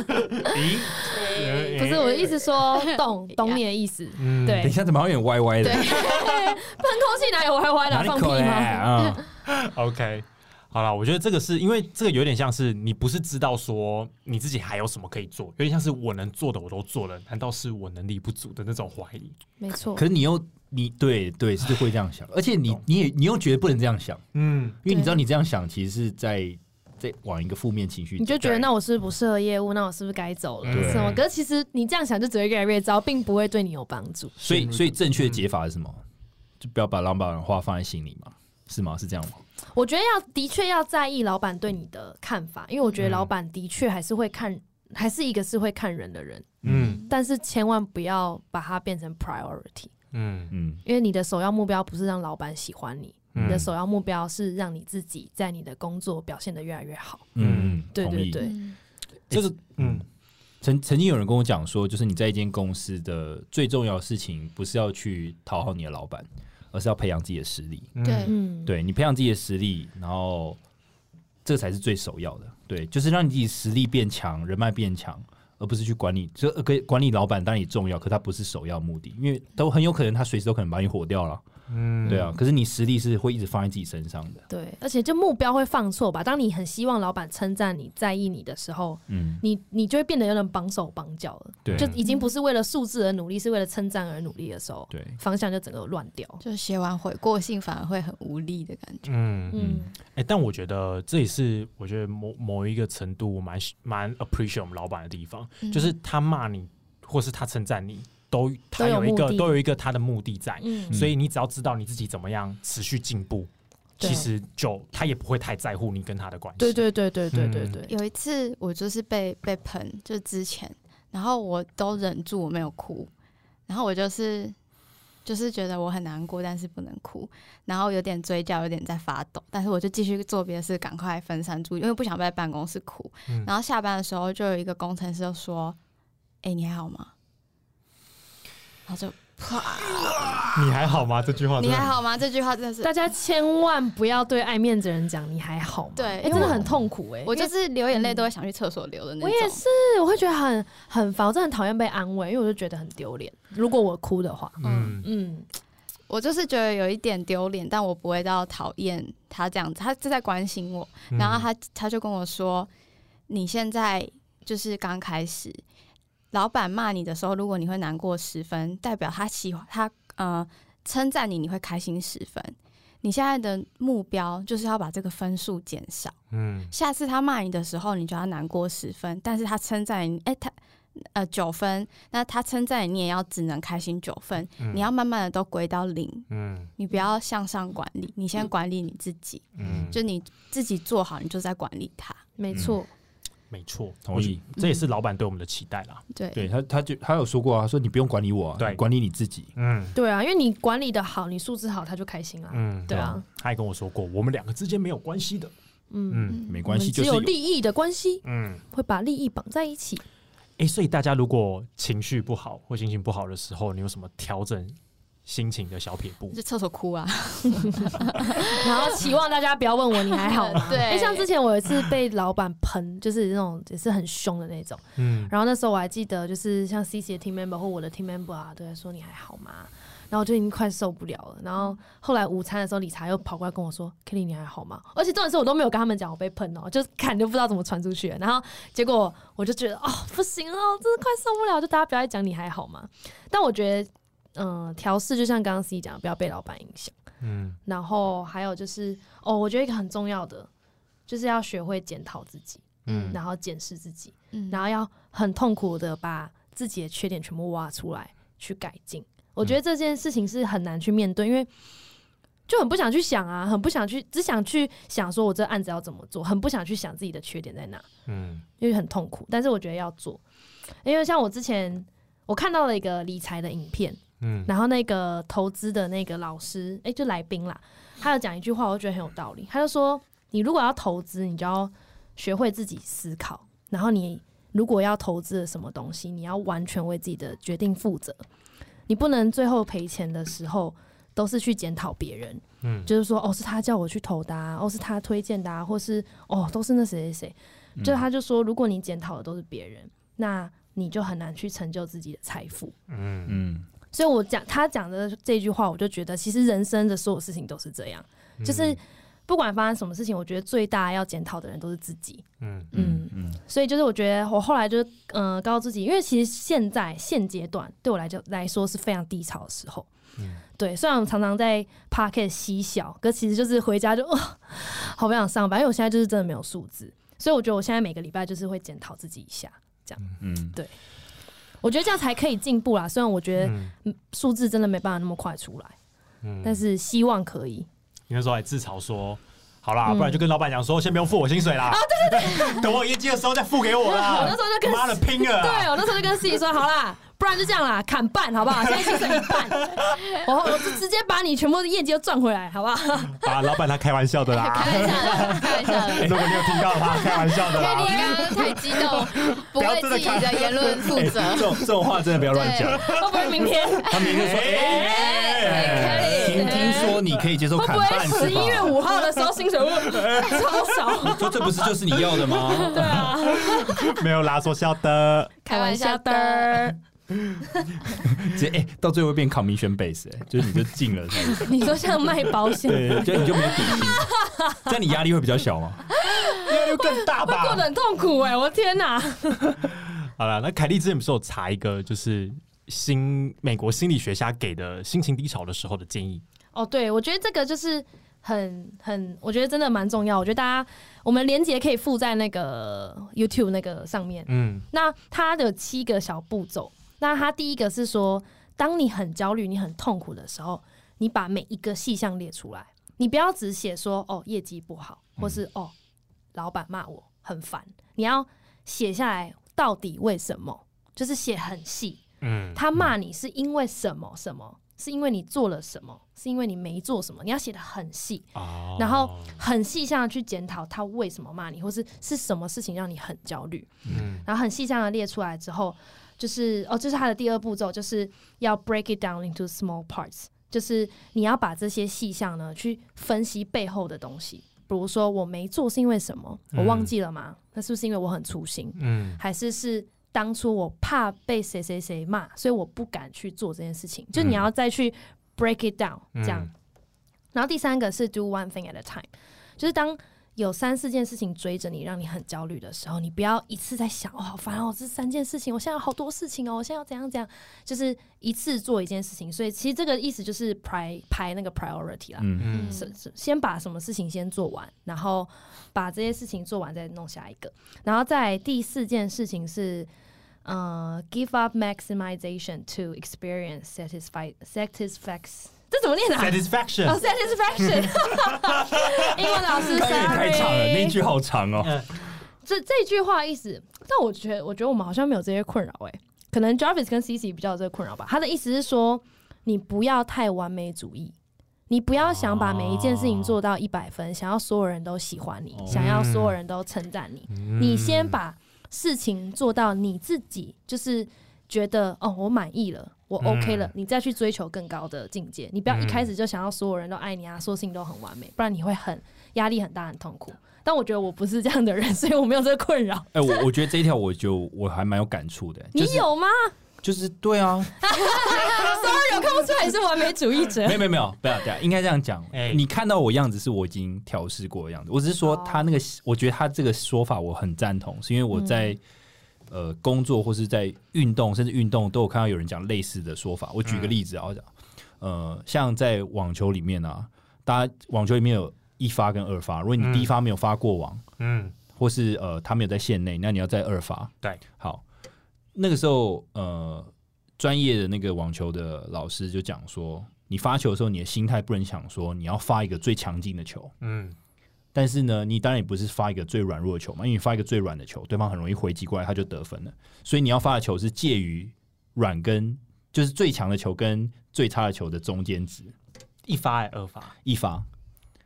Speaker 2: 咦，
Speaker 3: 不是，我一直说懂懂你的意思。
Speaker 2: 嗯
Speaker 3: 对
Speaker 4: 等一下怎么好像有点歪歪的，
Speaker 3: 喷空气哪有歪歪
Speaker 4: 哪
Speaker 3: 的？
Speaker 4: 里
Speaker 3: 放屁
Speaker 4: 可爱
Speaker 3: 吗？
Speaker 4: 啊？
Speaker 2: OK，好了，我觉得这个是因为这个有点像是你不是知道说你自己还有什么可以做，有点像是我能做的我都做了，难道是我能力不足的那种怀疑？
Speaker 3: 没错
Speaker 4: 可，是你又你对对是会这样想，而且你
Speaker 2: 懂
Speaker 4: 你也你又觉得不能这样想，
Speaker 2: 嗯
Speaker 4: 因为你
Speaker 3: 对
Speaker 4: 知道你这样想其实是
Speaker 3: 嗯
Speaker 4: 在在往一个负面情绪
Speaker 3: 你
Speaker 4: 走，
Speaker 3: 就觉得那我是不是不适合业务，那我是不是该走了？
Speaker 2: 对
Speaker 3: 什么？可是其实你这样想就只会越来越糟，并不会对你有帮助。
Speaker 4: 所以所以正确的解法是什么？
Speaker 3: 嗯
Speaker 4: 就不要把老板的话放在心里嘛，是吗？是这样吗？
Speaker 3: 我觉得要的确要在意老板对你的看法，因为我觉得老板的确还是会看，还是一个是会看人的人，
Speaker 2: 嗯
Speaker 3: 但是千万不要把它变成 priority，
Speaker 2: 嗯
Speaker 4: 嗯，
Speaker 3: 因为你的首要目标不是让老板喜欢你，
Speaker 2: 嗯
Speaker 3: 你的首要目标是让你自己在你的工作表现得越来越好。
Speaker 4: 嗯，
Speaker 3: 对
Speaker 4: 同
Speaker 3: 对
Speaker 4: 意
Speaker 3: 对
Speaker 1: 嗯
Speaker 2: 这个嗯
Speaker 4: 曾曾经有人跟我讲说，就是你在一间公司的最重要的事情，不是要去讨好你的老板，而是要培养自己的实力。
Speaker 2: 嗯
Speaker 1: 对
Speaker 3: 嗯，
Speaker 4: 对你培养自己的实力，然后这才是最首要的。对，就是让你自己实力变强，人脉变强，而不是去管理。这呃跟管理老板当然也重要，可他不是首要目的，因为都很有可能他随时都可能把你火掉了。
Speaker 2: 嗯
Speaker 4: 对啊，可是你实力是会一直放在自己身上的。
Speaker 3: 对，而且就目标会放错吧。当你很希望老板称赞你、在意你的时候，
Speaker 4: 嗯，
Speaker 3: 你你就会变得有点绑手绑脚了，
Speaker 4: 对
Speaker 3: 就已经不是为了素质而努力，是为了称赞而努力的时候，
Speaker 4: 对。
Speaker 3: 方向就整个乱掉。
Speaker 1: 就写完悔过信反而会很无力的感觉。
Speaker 2: 嗯
Speaker 3: 嗯
Speaker 4: 嗯，
Speaker 2: 哎、但我觉得这也是我觉得某某一个程度我蛮喜蛮 appreciate 我们老板的地方，
Speaker 1: 嗯
Speaker 2: 就是他骂你或是他称赞你，都他
Speaker 3: 都有
Speaker 2: 有一个
Speaker 3: 目的
Speaker 2: 都有一个他的目的在，
Speaker 3: 嗯
Speaker 2: 所以你只要知道你自己怎么样持续进步，
Speaker 3: 对
Speaker 2: 其实就他也不会太在乎你跟他的关系。
Speaker 3: 对，对对对对对
Speaker 2: 嗯
Speaker 3: 对，
Speaker 1: 有一次我就是被被喷，就之前，然后我都忍住我没有哭，然后我就是就是觉得我很难过，但是不能哭，然后有点嘴角有点在发抖，但是我就继续做别的事，赶快分散注意，因为不想在办公室哭。
Speaker 2: 嗯
Speaker 1: 然后下班的时候，就有一个工程师就说：“哎、你还好吗？”后就啪，
Speaker 2: 你还好吗？这句话真
Speaker 1: 你
Speaker 2: 的
Speaker 1: 还好吗？这句话真的是
Speaker 3: 大家千万不要对爱面子的人讲你还好吗？
Speaker 1: 对
Speaker 3: 哎
Speaker 1: 因为
Speaker 3: 真的很痛苦哎、
Speaker 1: 我就
Speaker 3: 因为
Speaker 1: 是流眼泪都会想去厕所流的那
Speaker 3: 我
Speaker 1: 种。
Speaker 3: 也是，我会觉得很很烦，我真的很讨厌被安慰，因为我就觉得很丢脸。如果我哭的话，
Speaker 2: 嗯，
Speaker 3: 嗯，
Speaker 1: 我就是觉得有一点丢脸，但我不会到讨厌他这样子，他就在关心我。
Speaker 2: 嗯
Speaker 1: 然后他他就跟我说，你现在就是刚开始，老板骂你的时候，如果你会难过十分，代表他喜欢他呃称赞你，你会开心十分。你现在的目标就是要把这个分数减少。
Speaker 2: 嗯
Speaker 1: 下次他骂你的时候，你就要难过十分；但是他称赞你，哎、他呃九分，那他称赞你，你也要只能开心九分。
Speaker 2: 嗯
Speaker 1: 你要慢慢的都归到零，
Speaker 2: 嗯
Speaker 1: 你不要向上管理，你先管理你自己，
Speaker 2: 嗯，
Speaker 1: 就你自己做好，你就在管理他。
Speaker 3: 没错，
Speaker 2: 没错，
Speaker 4: 同意
Speaker 2: 我觉得这也是老板对我们的期待啦。
Speaker 1: 对，
Speaker 4: 对他，他就他有说过啊，他说你不用管理我、啊，
Speaker 2: 对
Speaker 4: 你管理你自己。
Speaker 2: 嗯
Speaker 3: 对啊，因为你管理的好，你素质好，他就开心啦。
Speaker 2: 嗯，
Speaker 3: 对啊，
Speaker 2: 他还跟我说过，我们两个之间没有关系的。
Speaker 3: 嗯，
Speaker 2: 嗯
Speaker 4: 没
Speaker 1: 嗯
Speaker 4: 关
Speaker 3: 我
Speaker 4: 系，
Speaker 3: 们只
Speaker 4: 就是有
Speaker 3: 有利益的关系
Speaker 2: 嗯，
Speaker 3: 会把利益绑在一起。
Speaker 2: 哎，所以大家如果情绪不好或心情不好的时候，你有什么调整心情的小撇步？
Speaker 1: 就厕所哭啊，？
Speaker 3: 然后期望大家不要问我你还好吗
Speaker 1: 对
Speaker 3: 因为像之前我有一次被老板喷，就是那种也是很凶的那种。
Speaker 2: 嗯
Speaker 3: 然后那时候我还记得，就是像 C C 的 team member 或我的 team member 啊，都在说你还好吗？然后我就已经快受不了了。然
Speaker 2: 嗯
Speaker 3: 后后来午餐的时候，理查又跑过来跟我说：“Kelly，你还好吗？”而且重点是我都没有跟他们讲我被喷哦，就是看就不知道怎么传出去了。然后结果我就觉得哦不行哦，真的快受不了，就大家不要再讲你还好吗？但我觉得，嗯、调试就像刚刚 C C 讲的，不要被老板影响。
Speaker 2: 嗯
Speaker 3: 然后还有就是，哦，我觉得一个很重要的就是要学会检讨自己，
Speaker 2: 嗯
Speaker 3: 然后检视自己，
Speaker 1: 嗯，
Speaker 3: 然后要很痛苦的把自己的缺点全部挖出来去改进。
Speaker 2: 嗯
Speaker 3: 我觉得这件事情是很难去面对，因为就很不想去想啊，很不想去，只想去想说我这案子要怎么做，很不想去想自己的缺点在哪。
Speaker 2: 嗯
Speaker 3: 因为很痛苦，但是我觉得要做，因为像我之前我看到了一个理财的影片，
Speaker 2: 嗯
Speaker 3: 然后那个投资的那个老师，诶，就来宾啦，他有讲一句话，我觉得很有道理。他就说，你如果要投资，你就要学会自己思考，然后你如果要投资的什么东西，你要完全为自己的决定负责，你不能最后赔钱的时候都是去检讨别人，
Speaker 2: 嗯
Speaker 3: 就是说，哦，是他叫我去投的、啊，哦，是他推荐的、啊，或是哦，都是那谁谁谁。
Speaker 2: 嗯
Speaker 3: 就他就说，如果你检讨的都是别人，那你就很难去成就自己的财富。
Speaker 2: 嗯
Speaker 4: 嗯，
Speaker 3: 所以我讲他讲的这句话，我就觉得其实人生的所有事情都是这样，
Speaker 2: 嗯
Speaker 3: 就是不管发生什么事情，我觉得最大要检讨的人都是自己。
Speaker 2: 嗯
Speaker 3: 嗯
Speaker 4: 嗯嗯，
Speaker 3: 所以就是我觉得我后来就是嗯、呃告诉自己，因为其实现在现阶段对我来讲来说是非常低潮的时候。
Speaker 2: 嗯
Speaker 3: 对，虽然我们常常在 p o c k e t 嬉笑，可其实就是回家就、哦、 好不想上班，因为我现在就是真的没有素质，所以我觉得我现在每个礼拜就是会检讨自己一下，
Speaker 4: 嗯
Speaker 3: 我觉得这样才可以进步啦。虽然我觉得
Speaker 2: 嗯
Speaker 3: 数字真的没办法那么快出来，
Speaker 2: 嗯
Speaker 3: 但是希望可以。
Speaker 2: 你那时候还自嘲说：“好啦，
Speaker 3: 嗯
Speaker 2: 不然就跟老板讲说，先不用付我薪水啦。”啊，对对对，等我业绩的时候再付给我啦。
Speaker 3: 我那时候就跟
Speaker 2: 妈的拼了
Speaker 3: 对
Speaker 2: 啊，
Speaker 3: 我那时候就跟自己说，好啦，不然就这样啦，砍半好不 好？现在薪水一半，我我就直接把你全部的业绩都赚回来，好不好？
Speaker 2: 啊，老板他开玩笑的啦。
Speaker 1: 开玩笑的，开玩笑的。
Speaker 2: 如果你有听到他开玩笑
Speaker 1: 因
Speaker 2: 的
Speaker 1: 为
Speaker 2: 啦，
Speaker 1: 你刚刚太激 动，不
Speaker 2: 哎不要
Speaker 1: 为
Speaker 2: 真的哎
Speaker 1: 自己的言论负责
Speaker 4: 这。种这种话真的不要乱讲。
Speaker 1: 对，
Speaker 3: 会不会明天？
Speaker 4: 他明天说，哎，
Speaker 1: 哎
Speaker 4: 听听说你可以接受
Speaker 3: 会
Speaker 4: 砍
Speaker 3: 不
Speaker 4: 半
Speaker 3: 会
Speaker 4: 是
Speaker 3: 十一月
Speaker 4: 吧？
Speaker 3: 五号的时候薪 水会超少？
Speaker 4: 你说这不是就是你要的吗？
Speaker 3: 对啊，
Speaker 2: 没有啦，说笑的。
Speaker 1: 开玩笑的。
Speaker 4: 直接哎，到最后会变 commission base，哎，就是你就进了，这样子
Speaker 3: 你说像卖保险，
Speaker 4: 对，就你就没有底薪，这样你压力会比较小吗？
Speaker 2: 压力更大
Speaker 3: 会过
Speaker 2: 吧
Speaker 3: 得？很痛苦哎、我天哪！
Speaker 2: 好了，那凯莉之前不是有查一个，就是心美国心理学家给的心情低潮的时候的建议？
Speaker 3: 哦，对，我觉得这个就是很很，我觉得真的蛮重要。我觉得大家，我们连接可以附在那个 YouTube 那个上面。
Speaker 2: 嗯
Speaker 3: 那它的七个小步骤，那它第一个是说，当你很焦虑、你很痛苦的时候，你把每一个细项列出来，你不要只写说哦业绩不好，或是、哦老板骂我很烦，你要写下来到底为什么，就是写很细。
Speaker 2: 嗯
Speaker 3: 他骂你是因为什么什么？是因为你做了什么？是因为你没做什么？你要写的很细，
Speaker 2: 哦
Speaker 3: 然后很细项的去检讨他为什么骂你，或是是什么事情让你很焦虑，
Speaker 2: 嗯
Speaker 3: 然后很细项的列出来之后，就是哦，这是它的第二步骤，就是要 break it down into small parts，就是你要把这些细项呢去分析背后的东西。比如说，我没做是因为什么？我忘记了吗？那是不是因为我很粗心？
Speaker 2: 嗯
Speaker 3: 还是是当初我怕被谁谁谁骂，所以我不敢去做这件事情？就你要再去 break it down
Speaker 2: 嗯
Speaker 3: 这样。然后第三个是 do one thing at a time，就是当有三四件事情追着你，让你很焦虑的时候，你不要一次在想哦，好烦哦，这三件事情，我现在有好多事情哦，我现在要怎样怎样，就是一次做一件事情。所以其实这个意思就是排排那个 priority 啦，
Speaker 4: 嗯，
Speaker 2: 嗯
Speaker 3: 是是先把什么事情先做完，然后把这些事情做完再弄下一个，然后再来第四件事情是。呃、g i v e up maximization to experience satisfy satisfaction，这怎么念啊？哦
Speaker 2: satisfaction，
Speaker 3: ，satisfaction，英文老师
Speaker 4: 刚刚也太长了，那一
Speaker 3: ，sorry，
Speaker 4: 句好长哦。
Speaker 3: 这这句话意思，但我觉得，我觉得我们好像没有这些困扰哎、可能 Jarvis 跟 Cici 比较有这个困扰吧。他的意思是说，你不要太完美主义，你不要想把每一件事情做到一百分，想要所有人都喜欢你，
Speaker 4: 哦
Speaker 3: 想要所有人都称赞你，你先把事情做到你自己就是觉得哦，我满意了。我 OK 了，
Speaker 2: 嗯
Speaker 3: 你再去追求更高的境界。你不要一
Speaker 2: 嗯
Speaker 3: 开始就想要所有人都爱你啊，所有事情都很完美，不然你会很压力很大、很痛苦。但我觉得我不是这样的人，所以我没有这个困扰。
Speaker 4: 哎，我我觉得这一条我就我还蛮有感触的，就
Speaker 3: 你
Speaker 4: 是
Speaker 3: 有吗？
Speaker 4: 就是对啊，
Speaker 3: sorry，我看不出来你是完美主义者
Speaker 4: 没。有没有没有，不要不要，应该这样讲
Speaker 2: 哎。
Speaker 4: 你看到我样子是我已经调试过的样子，我只是说
Speaker 3: 哦
Speaker 4: 他那个，我觉得他这个说法我很赞同，是因为我
Speaker 2: 嗯
Speaker 4: 在呃工作或是在运动，甚至运动都有看到有人讲类似的说法。我举个
Speaker 2: 嗯
Speaker 4: 例子啊，我讲呃，像在网球里面啊，大家网球里面有一发跟二发，如果你
Speaker 2: 嗯
Speaker 4: 第一发没有发过网，
Speaker 2: 嗯
Speaker 4: 或是呃他没有在线内，那你要在二发。
Speaker 2: 对，
Speaker 4: 好，那个时候呃专业的那个网球的老师就讲说，你发球的时候，你的心态不能想说你要发一个最强劲的球，
Speaker 2: 嗯
Speaker 4: 但是呢，你当然也不是发一个最软弱的球嘛，因为你发一个最软的球，对方很容易回击过来，他就得分了。所以你要发的球是介于软跟就是最强的球跟最差的球的中间值，
Speaker 2: 一发还二发，
Speaker 4: 一发。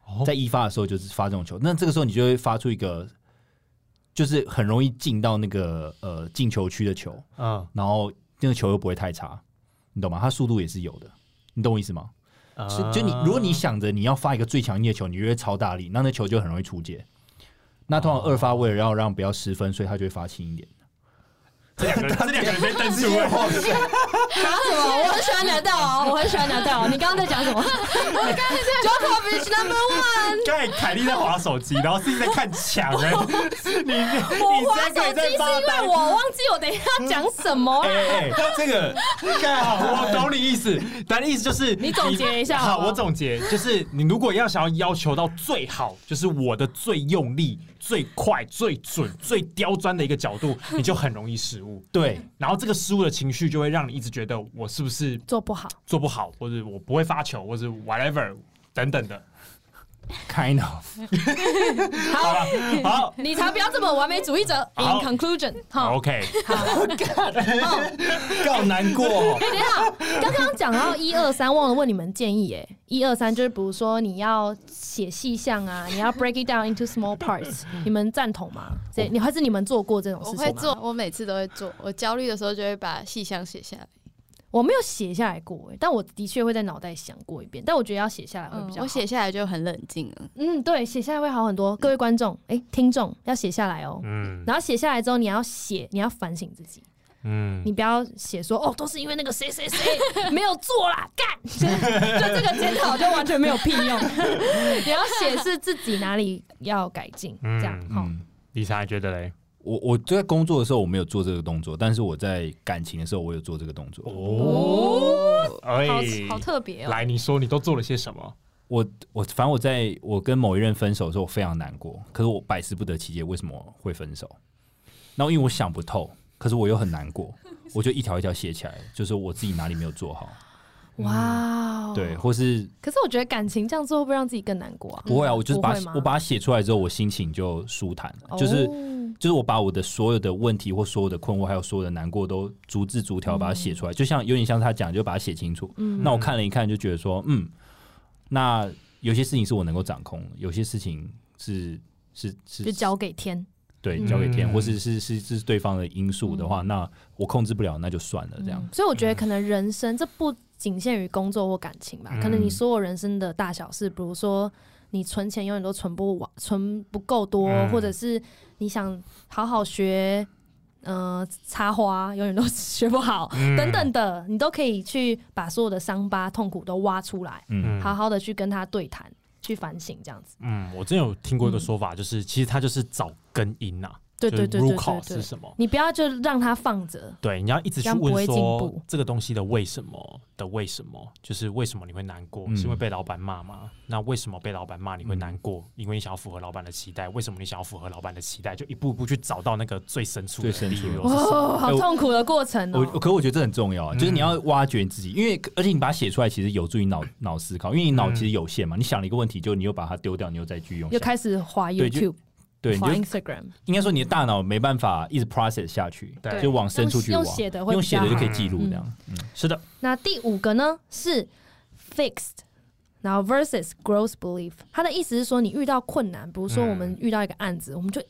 Speaker 2: 哦
Speaker 4: 在一发的时候就是发这种球，那这个时候你就会发出一个，就是很容易进到那个呃进球区的球，
Speaker 2: 嗯
Speaker 4: 然后那个球又不会太差，你懂吗？它速度也是有的，你懂我意思吗？是
Speaker 2: 嗯
Speaker 4: 就你如果你想着你要发一个最强力的球，你就会超大力，那那球就很容易出界。那通常二发为了要让不要失分，所以他就会发轻一点。
Speaker 2: 这两个人这两个人在登出哎，
Speaker 3: 拿什么？我很喜欢拿到哦，我很喜欢拿到哦。你刚刚在讲什么？我刚才在 Djokovic number one。
Speaker 2: 刚才凯莉在划手机，然后自己在看墙哎，你你
Speaker 3: 我
Speaker 2: 你
Speaker 3: 滑
Speaker 2: 这个
Speaker 3: 手
Speaker 2: 也
Speaker 3: 机
Speaker 2: 在
Speaker 3: 是
Speaker 2: 发
Speaker 3: 因
Speaker 2: 呆
Speaker 3: 为。我忘记我等一下要讲什么
Speaker 2: 哎
Speaker 3: 了。
Speaker 2: 哎，哎这个盖好，我懂你意思，但意思就是
Speaker 3: 你总结一下好
Speaker 2: 好，
Speaker 3: 不好
Speaker 2: 我总结就是，你如果要想要要求到最好，就是我的最用力、最快、最准、最刁钻的一个角度，你就很容易失误。
Speaker 4: 对，
Speaker 2: 然后这个失误的情绪就会让你一直觉得我是不是
Speaker 3: 做不好，
Speaker 2: 做不好，或者我不会发球，或者 whatever 等等的。
Speaker 4: kind of
Speaker 2: 好了，
Speaker 3: 嗯
Speaker 2: 好
Speaker 3: 你才不要这么完美主义者。In
Speaker 2: 好
Speaker 3: conclusion，哈
Speaker 2: 好，，OK，
Speaker 4: 好难过哦、
Speaker 3: 等一下，刚刚讲到一二三，忘了问你们建议耶。一二三就是比如说你要写细项啊，你要 break it down into small parts，你们赞同吗？这你还是你们做过这种 事
Speaker 1: 我
Speaker 3: 情吗？
Speaker 1: 会做，我每次都会做。我焦虑的时候就会把细项写下来。
Speaker 3: 我没有写下来过、欸，但我的确会在脑袋想过一遍，但我觉得要写下来会比较好、
Speaker 1: 嗯我写下来就很冷静了。
Speaker 3: 嗯，对，写下来会好很多。各位观众，哎、听众要写下来哦、
Speaker 2: 嗯
Speaker 3: 然后写下来之后，你要写，你要反省自己，
Speaker 2: 嗯
Speaker 3: 你不要写说哦，都是因为那个谁谁谁 没有做啦，干， 就这个检讨就完全没有屁用。 你要写是自己哪里要改进，
Speaker 2: 嗯
Speaker 3: 这样哈。
Speaker 4: 嗯
Speaker 2: 李莎你觉得嘞？
Speaker 4: 我我在工作的时候我没有做这个动作，但是我在感情的时候我有做这个动作。
Speaker 2: 哦，哎
Speaker 3: 好好特别哦、
Speaker 2: 来，你说你都做了些什么？
Speaker 4: 我我反正我在我跟某一任分手的时候我非常难过，可是我百思不得其解为什么会分手。然后因为我想不透，可是我又很难过，我就一条一条写起来，就是我自己哪里没有做好，
Speaker 3: 哇哦、
Speaker 4: 嗯对，。或是
Speaker 3: 可是我觉得感情这样做会不会让自己更难过啊？
Speaker 4: 不会啊，我就是把
Speaker 3: 不会吗
Speaker 4: 我把它写出来之后，我心情就舒坦了，就是
Speaker 3: 哦
Speaker 4: 就是我把我的所有的问题或所有的困惑，还有所有的难过，都逐字逐条把它写出来，就像有点像他讲，就把它写清楚。
Speaker 3: 嗯
Speaker 4: 那我看了一看，就觉得说，嗯，那有些事情是我能够掌控的，有些事情是是是
Speaker 3: 就交给天。
Speaker 4: 对，交给天，
Speaker 2: 嗯
Speaker 4: 或是是是是对方的因素的话，
Speaker 3: 嗯
Speaker 4: 那我控制不了，那就算了，这样。嗯
Speaker 3: 所以我觉得可能人生这不仅限于工作或感情吧，可能你
Speaker 2: 嗯
Speaker 3: 所有人生的大小事，比如说你存钱永远都存不完、存不够多，
Speaker 2: 嗯
Speaker 3: 或者是你想好好学。呃，插花永远都 学不好，
Speaker 2: 嗯
Speaker 3: 等等的，你都可以去把所有的伤疤、痛苦都挖出来，
Speaker 4: 嗯，
Speaker 3: 好好的去跟他对谈，去反省，这样子。
Speaker 2: 嗯，我真有听过一个说法，就是其实它就是找根因呐、
Speaker 3: 对
Speaker 2: 就是
Speaker 3: 对对
Speaker 2: root
Speaker 3: 对
Speaker 2: cause
Speaker 3: 对
Speaker 2: 是
Speaker 3: 对，
Speaker 2: 什么？
Speaker 3: 你不要就让他放着，
Speaker 2: 对，你要一直去
Speaker 3: 这样不
Speaker 2: 问
Speaker 3: 会进
Speaker 2: 说
Speaker 3: 步
Speaker 2: 这个东西的为什么的为什么，就是为什么你会难过？
Speaker 4: 嗯
Speaker 2: 是因为被老板骂吗？那为什么被老板骂你会难过？因为你想要符合老板的期待。为什么你想要符合老板的期待？就一步一步去找到那个最深处的
Speaker 4: 最深
Speaker 2: 理
Speaker 4: 处
Speaker 2: 由
Speaker 4: 的
Speaker 2: 是什么。
Speaker 3: 哦，好
Speaker 4: 哎我
Speaker 3: 痛苦的过程哦
Speaker 4: 我。可我觉得这很重要，啊，就是你要挖掘你自己，因为而且你把它写出来，其实有助于脑脑思考，因为你脑其实有限嘛，你想了一个问题，就你又把它丢掉，你又再去用
Speaker 3: 又
Speaker 4: 下，
Speaker 3: 开始滑
Speaker 4: 对就
Speaker 3: YouTube，
Speaker 4: 对，你
Speaker 3: 滑
Speaker 4: 就
Speaker 3: Instagram，
Speaker 4: 应该说你的大脑没办法一直 process 下去，
Speaker 2: 对
Speaker 4: 就往深处去
Speaker 3: 用
Speaker 4: 挖，
Speaker 3: 用写的会
Speaker 4: 用
Speaker 3: 比
Speaker 4: 写
Speaker 3: 较
Speaker 4: 的就
Speaker 3: 好。
Speaker 4: 可以记录这样。嗯
Speaker 2: 是的，
Speaker 3: 那第五个呢是 fixed，然后 versus growth belief，它的意思是说你遇到困难，比如说
Speaker 2: 嗯
Speaker 3: 我们遇到一个案子，我们就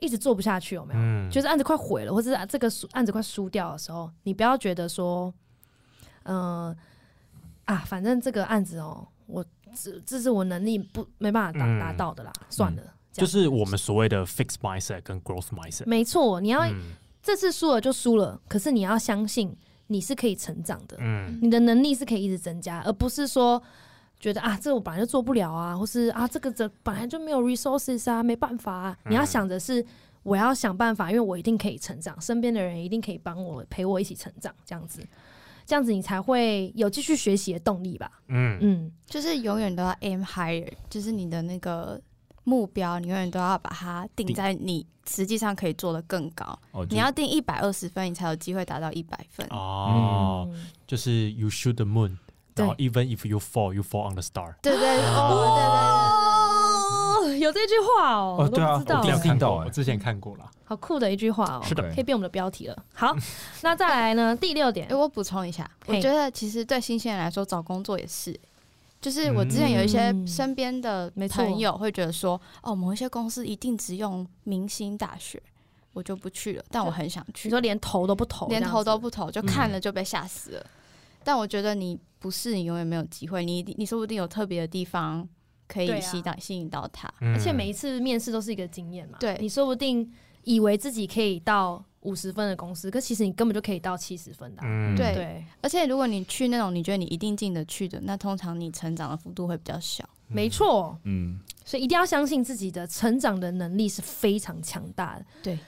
Speaker 3: 一直做不下去，有没有？
Speaker 2: 嗯，
Speaker 3: 就是案子快毁了，或者是这个输案子快输掉的时候，你不要觉得说，嗯、啊，反正这个案子哦，我这这是我能力不没办法达
Speaker 2: 嗯
Speaker 3: 达到的啦，算了，这
Speaker 2: 就
Speaker 3: 样
Speaker 2: 是我们所谓的 fixed mindset 跟 growth mindset。
Speaker 3: 没错，你要、
Speaker 2: 嗯
Speaker 3: 这次输了就输了，可是你要相信你是可以成长的，
Speaker 2: 嗯
Speaker 3: 你的能力是可以一直增加，而不是说觉得啊，这我本来就做不了啊，或是啊，这个这本来就没有 resources 啊，没办法啊。你要想着是我要想办法，因为我一定可以成长，身边的人一定可以帮我陪我一起成长，这样子，这样子你才会有继续学习的动力吧。
Speaker 2: 嗯
Speaker 3: 嗯，
Speaker 1: 就是永远都要 aim higher，就是你的那个目标，你永远都要把它定
Speaker 4: 定
Speaker 1: 在你实际上可以做的更高。
Speaker 4: 哦，就
Speaker 1: 你要定一百二十分，你才有机会达到一百分。
Speaker 2: 哦，
Speaker 3: 嗯
Speaker 2: 就是 you shoot the moon，
Speaker 3: 对
Speaker 2: 然后 even if you fall, you fall on the star。
Speaker 1: 对对哦，
Speaker 3: 哦，有这句话哦，我都不知道
Speaker 4: 我第一次
Speaker 3: 欸，
Speaker 4: 听到哎
Speaker 2: 我之前看过啦。
Speaker 3: 好酷的一句话哦，
Speaker 4: 是的
Speaker 3: 可以变我们的标题 了。好，那再来呢？第六点
Speaker 1: 对对对。哎，，我补充一下，我
Speaker 3: 嘿
Speaker 1: 觉得其实对新鲜人来说，找工作也是。就是我之前有一些
Speaker 3: 嗯
Speaker 1: 身边的
Speaker 3: 没错
Speaker 1: 朋友会觉得说，哦，某一些公司一定只用明星大学，我就不去了。但我很想去。
Speaker 3: 你说连投都不投，
Speaker 1: 连
Speaker 3: 这样
Speaker 1: 投都
Speaker 3: 子嗯
Speaker 1: 不投，就看了就被吓死了。但我觉得你不是，你永远没有机会，你一定你说不定有特别的地方可
Speaker 3: 对啊
Speaker 1: 以吸到、吸引到他。
Speaker 2: 而
Speaker 4: 嗯
Speaker 3: 而且每一次面试都是一个经验嘛。
Speaker 1: 对
Speaker 3: 你说不定以为自己可以到五十分的公司，可其实你根本就可以到七十分的啊、
Speaker 2: 嗯
Speaker 1: 对
Speaker 3: 对，
Speaker 1: 而且如果你去那种你觉得你一定进得去的，那通常你成长的幅度会比较小。
Speaker 3: 没错。
Speaker 4: 嗯，
Speaker 3: 所以一定要相信自己的成长的能力是非常强大的。
Speaker 1: 对，